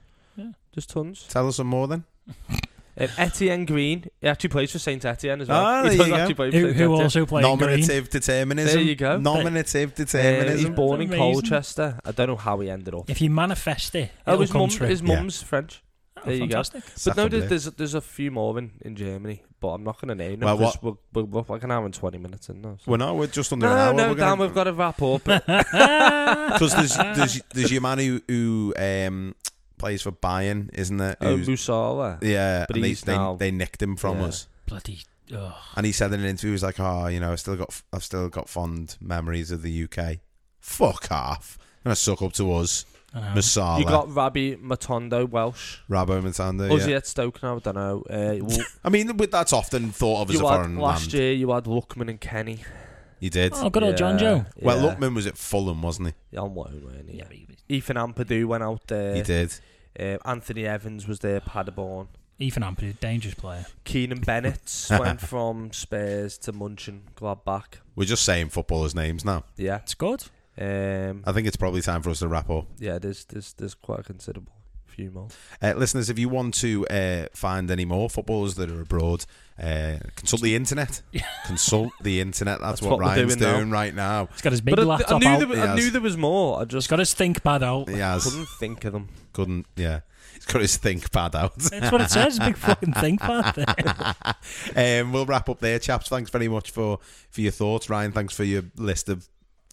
Speaker 6: Just tons.
Speaker 4: Tell us some more then.
Speaker 6: Um, Etienne Green, he actually plays for Saint Etienne as well.
Speaker 4: Ah,
Speaker 6: he
Speaker 4: there
Speaker 6: does
Speaker 4: you go.
Speaker 6: actually play for
Speaker 5: Who,
Speaker 6: Saint
Speaker 5: who
Speaker 6: Etienne.
Speaker 5: also played Green?
Speaker 4: Nominative determinism.
Speaker 6: There you go.
Speaker 4: Nominative
Speaker 6: Uh, he's
Speaker 4: determinism.
Speaker 6: born in
Speaker 5: Amazing.
Speaker 6: Colchester. I don't know how he ended up.
Speaker 5: If you manifest it,
Speaker 6: Oh,
Speaker 5: it'll
Speaker 6: his
Speaker 5: come
Speaker 6: mum,
Speaker 5: true.
Speaker 6: his
Speaker 4: Yeah.
Speaker 6: mum's French.
Speaker 5: Oh,
Speaker 6: there you go.
Speaker 5: fantastic.
Speaker 6: But no, there's,
Speaker 4: Saturday.
Speaker 6: there's there's a few more in, in Germany, but I'm not going to name them
Speaker 4: Well,
Speaker 6: because we'll, we'll, we're like an hour and twenty minutes in now. so-
Speaker 4: We're not. We're just under
Speaker 6: No,
Speaker 4: an hour.
Speaker 6: no,
Speaker 4: we're
Speaker 6: Dan,
Speaker 4: gonna-
Speaker 6: we've got to wrap up.
Speaker 4: Because there's there's there's your man who, who um plays for Bayern, isn't there?
Speaker 6: oh,
Speaker 4: Who's-
Speaker 6: Musala.
Speaker 4: yeah,
Speaker 6: but
Speaker 4: and
Speaker 6: he's
Speaker 4: they,
Speaker 6: now-
Speaker 4: they they nicked him from
Speaker 6: Yeah.
Speaker 4: us,
Speaker 5: Bloody. Ugh.
Speaker 4: and he said in an interview, he was like, "Oh, you know, I still got f- I've still got fond memories of the UK. Fuck off, I'm gonna suck up to us,
Speaker 5: I know.
Speaker 4: Masala,
Speaker 6: Uh-huh. You got Rabbi Matondo Welsh.
Speaker 4: Rabo Matanda.
Speaker 6: Was
Speaker 4: yeah.
Speaker 6: he at Stoke now? I don't know. Uh, well,
Speaker 4: I mean, with that's often thought of as
Speaker 6: you
Speaker 4: a
Speaker 6: had
Speaker 4: foreign
Speaker 6: last
Speaker 4: land.
Speaker 6: year. You had Luckman and Kenny.
Speaker 4: You did.
Speaker 5: Oh, good old John Joe.
Speaker 4: well,
Speaker 6: yeah.
Speaker 4: Luckman was at Fulham, wasn't he?
Speaker 6: Yeah, on loan, weren't he?
Speaker 5: Yeah,
Speaker 6: Yeah.
Speaker 5: but he was-
Speaker 6: Ethan Ampadu went out
Speaker 4: he
Speaker 6: there.
Speaker 4: did.
Speaker 6: Uh, Anthony Evans was there. Paderborn.
Speaker 5: Ethan Ampadu, dangerous player.
Speaker 6: Keenan Bennett went from Spurs to Munchen, Gladbach.
Speaker 4: We're just saying footballers' names now.
Speaker 6: Yeah.
Speaker 5: It's good.
Speaker 6: Um,
Speaker 4: I think it's probably time for us to wrap up.
Speaker 6: yeah, there's, there's, there's quite a considerable few more.
Speaker 4: Uh, listeners, if you want to uh, find any more footballers that are abroad, uh, consult the internet. consult the internet. That's,
Speaker 6: That's
Speaker 4: what,
Speaker 6: what we're
Speaker 4: Ryan's
Speaker 6: doing now.
Speaker 4: doing right now.
Speaker 5: He's got his big
Speaker 6: but I, I
Speaker 5: laptop
Speaker 6: knew,
Speaker 5: out.
Speaker 6: there, was- I
Speaker 4: Yes.
Speaker 6: knew there was more. I
Speaker 5: He's
Speaker 6: just
Speaker 5: got his think pad out.
Speaker 4: He has
Speaker 6: couldn't think of them.
Speaker 4: couldn't. Yeah, he's got his think pad out.
Speaker 5: That's what it says. Big fucking think pad.
Speaker 4: um, we'll wrap up there, chaps. Thanks very much for for your thoughts, Ryan. Thanks for your list of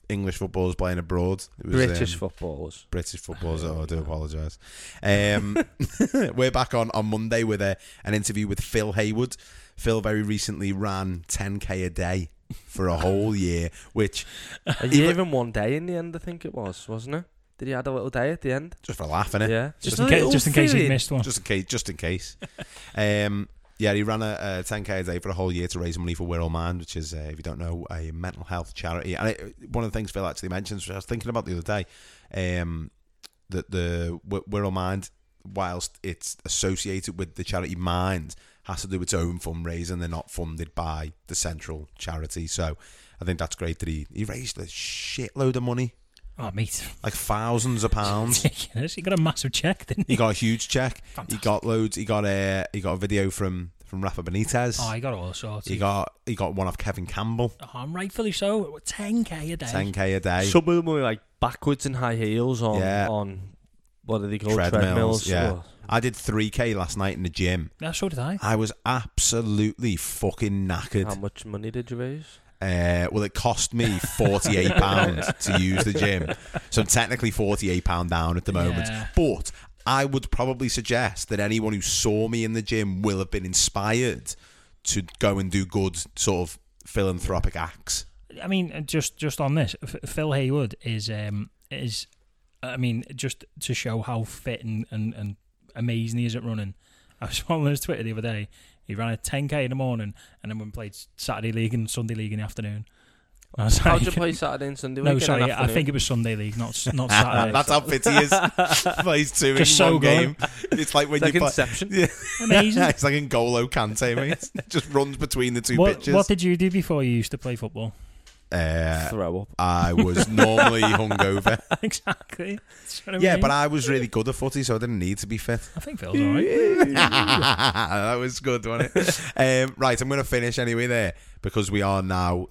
Speaker 4: English footballers playing abroad. It was,
Speaker 6: British
Speaker 4: um,
Speaker 6: footballers.
Speaker 4: British footballers. Oh, I do apologise. Um, we're back on on Monday with a, an interview with Phil Haywood. Phil very recently ran 10k a day for a whole year, which
Speaker 6: A year and one day in the end, I think it was, wasn't it? Did he add a little day at the end?
Speaker 4: Eh. just for laughing at,
Speaker 6: Yeah.
Speaker 5: just,
Speaker 4: a
Speaker 5: in case,
Speaker 4: little
Speaker 5: just in case he
Speaker 4: feeling.
Speaker 5: missed one.
Speaker 4: just in case, just in case. Um, yeah, he ran a, a 10k a day for a whole year to raise money for We're All Mind, which is, uh, if you don't know, a mental health charity. And it, one of the things Phil actually mentions, which I was thinking about the other day, um, that the We- We're All Mind, whilst it's associated with the charity Mind, has to do its own fundraising. They're not funded by the central charity, so I think that's great that he, he raised a shitload of money,
Speaker 5: oh, mate.
Speaker 4: like thousands of pounds.
Speaker 5: Ridiculous. He got a massive check, didn't
Speaker 4: He
Speaker 5: he?
Speaker 4: got a huge check.
Speaker 5: Fantastic.
Speaker 4: He got loads. He got a he got a video from from Rafa Benitez.
Speaker 5: Oh, he got all sorts.
Speaker 4: he got he got one off Kevin Campbell.
Speaker 5: Oh, and rightfully so. 10k a day.
Speaker 4: Ten k a day.
Speaker 6: Some of them were like backwards in high heels on
Speaker 4: Yeah.
Speaker 6: on what are they called?
Speaker 4: Treadmills,
Speaker 6: Treadmills.
Speaker 4: yeah.
Speaker 6: or-
Speaker 4: I did three k last night in the gym.
Speaker 5: Yeah, so did I.
Speaker 4: I was absolutely fucking
Speaker 6: How
Speaker 4: knackered.
Speaker 6: much money did you raise?
Speaker 4: Uh, well, it cost me forty eight pound to use the gym, so I'm technically forty eight pound down at the moment.
Speaker 5: Yeah.
Speaker 4: But I would probably suggest that anyone who saw me in the gym will have been inspired to go and do good sort of philanthropic acts.
Speaker 5: I mean, uh, just just on this, F- Phil Haywood is um is, I mean, just to show how fit and and, and amazing he is at running. I was on his Twitter the other day. He ran a 10k in the morning and then went and played Saturday league and Sunday league in the afternoon. And I was
Speaker 6: How'd
Speaker 5: like-
Speaker 6: you play Saturday and Sunday?
Speaker 5: No,
Speaker 6: weekend
Speaker 5: sorry,
Speaker 6: and
Speaker 5: I
Speaker 6: afternoon?
Speaker 5: think it was Sunday league, not s- not Saturday.
Speaker 4: That's how fit he is. Plays two in
Speaker 5: Just so
Speaker 4: one
Speaker 5: good.
Speaker 4: game. It's like when
Speaker 6: It's like
Speaker 4: you play.
Speaker 6: Inception.
Speaker 4: Yeah.
Speaker 5: Amazing.
Speaker 4: it's like in Golo Kante, mate. Just runs between the two
Speaker 5: what,
Speaker 4: pitches.
Speaker 5: what did you do before you used to play football?
Speaker 4: uh,
Speaker 6: Throw up.
Speaker 4: I was normally hungover.
Speaker 5: exactly. That's what I
Speaker 4: Yeah,
Speaker 5: mean.
Speaker 4: but I was really good at footy, so I didn't need to be fit.
Speaker 5: I think Phil's all right.
Speaker 4: that was good, wasn't it? um, right, I'm going to finish anyway there because we are now, l-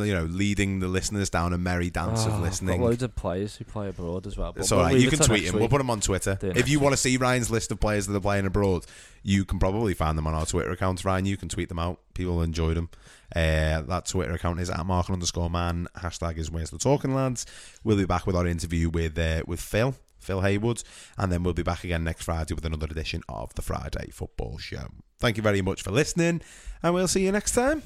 Speaker 4: l- you know, leading the listeners down a merry dance
Speaker 6: Oh,
Speaker 4: of
Speaker 6: I've
Speaker 4: listening.
Speaker 6: Got loads of players who play abroad as well. but
Speaker 4: It's
Speaker 6: we'll
Speaker 4: all right.
Speaker 6: leave
Speaker 4: You
Speaker 6: it
Speaker 4: can
Speaker 6: till
Speaker 4: tweet
Speaker 6: next
Speaker 4: him. We'll
Speaker 6: week.
Speaker 4: put him on Twitter.
Speaker 6: Do it
Speaker 4: If
Speaker 6: next
Speaker 4: you want to see Ryan's list of players that are playing abroad, you can probably find them on our Twitter account. Ryan, you can tweet them out. People enjoyed them. Uh, that Twitter account is at Mark underscore man. Hashtag is where's the talking lads. We'll be back with our interview with uh, with Phil, Phil Haywood, and then we'll be back again next Friday with another edition of the Friday Football Show. Thank you very much for listening, and we'll see you next time.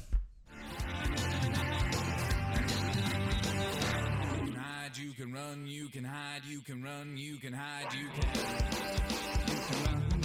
Speaker 3: run, you can hide, you can run, you can hide, you can. You can run.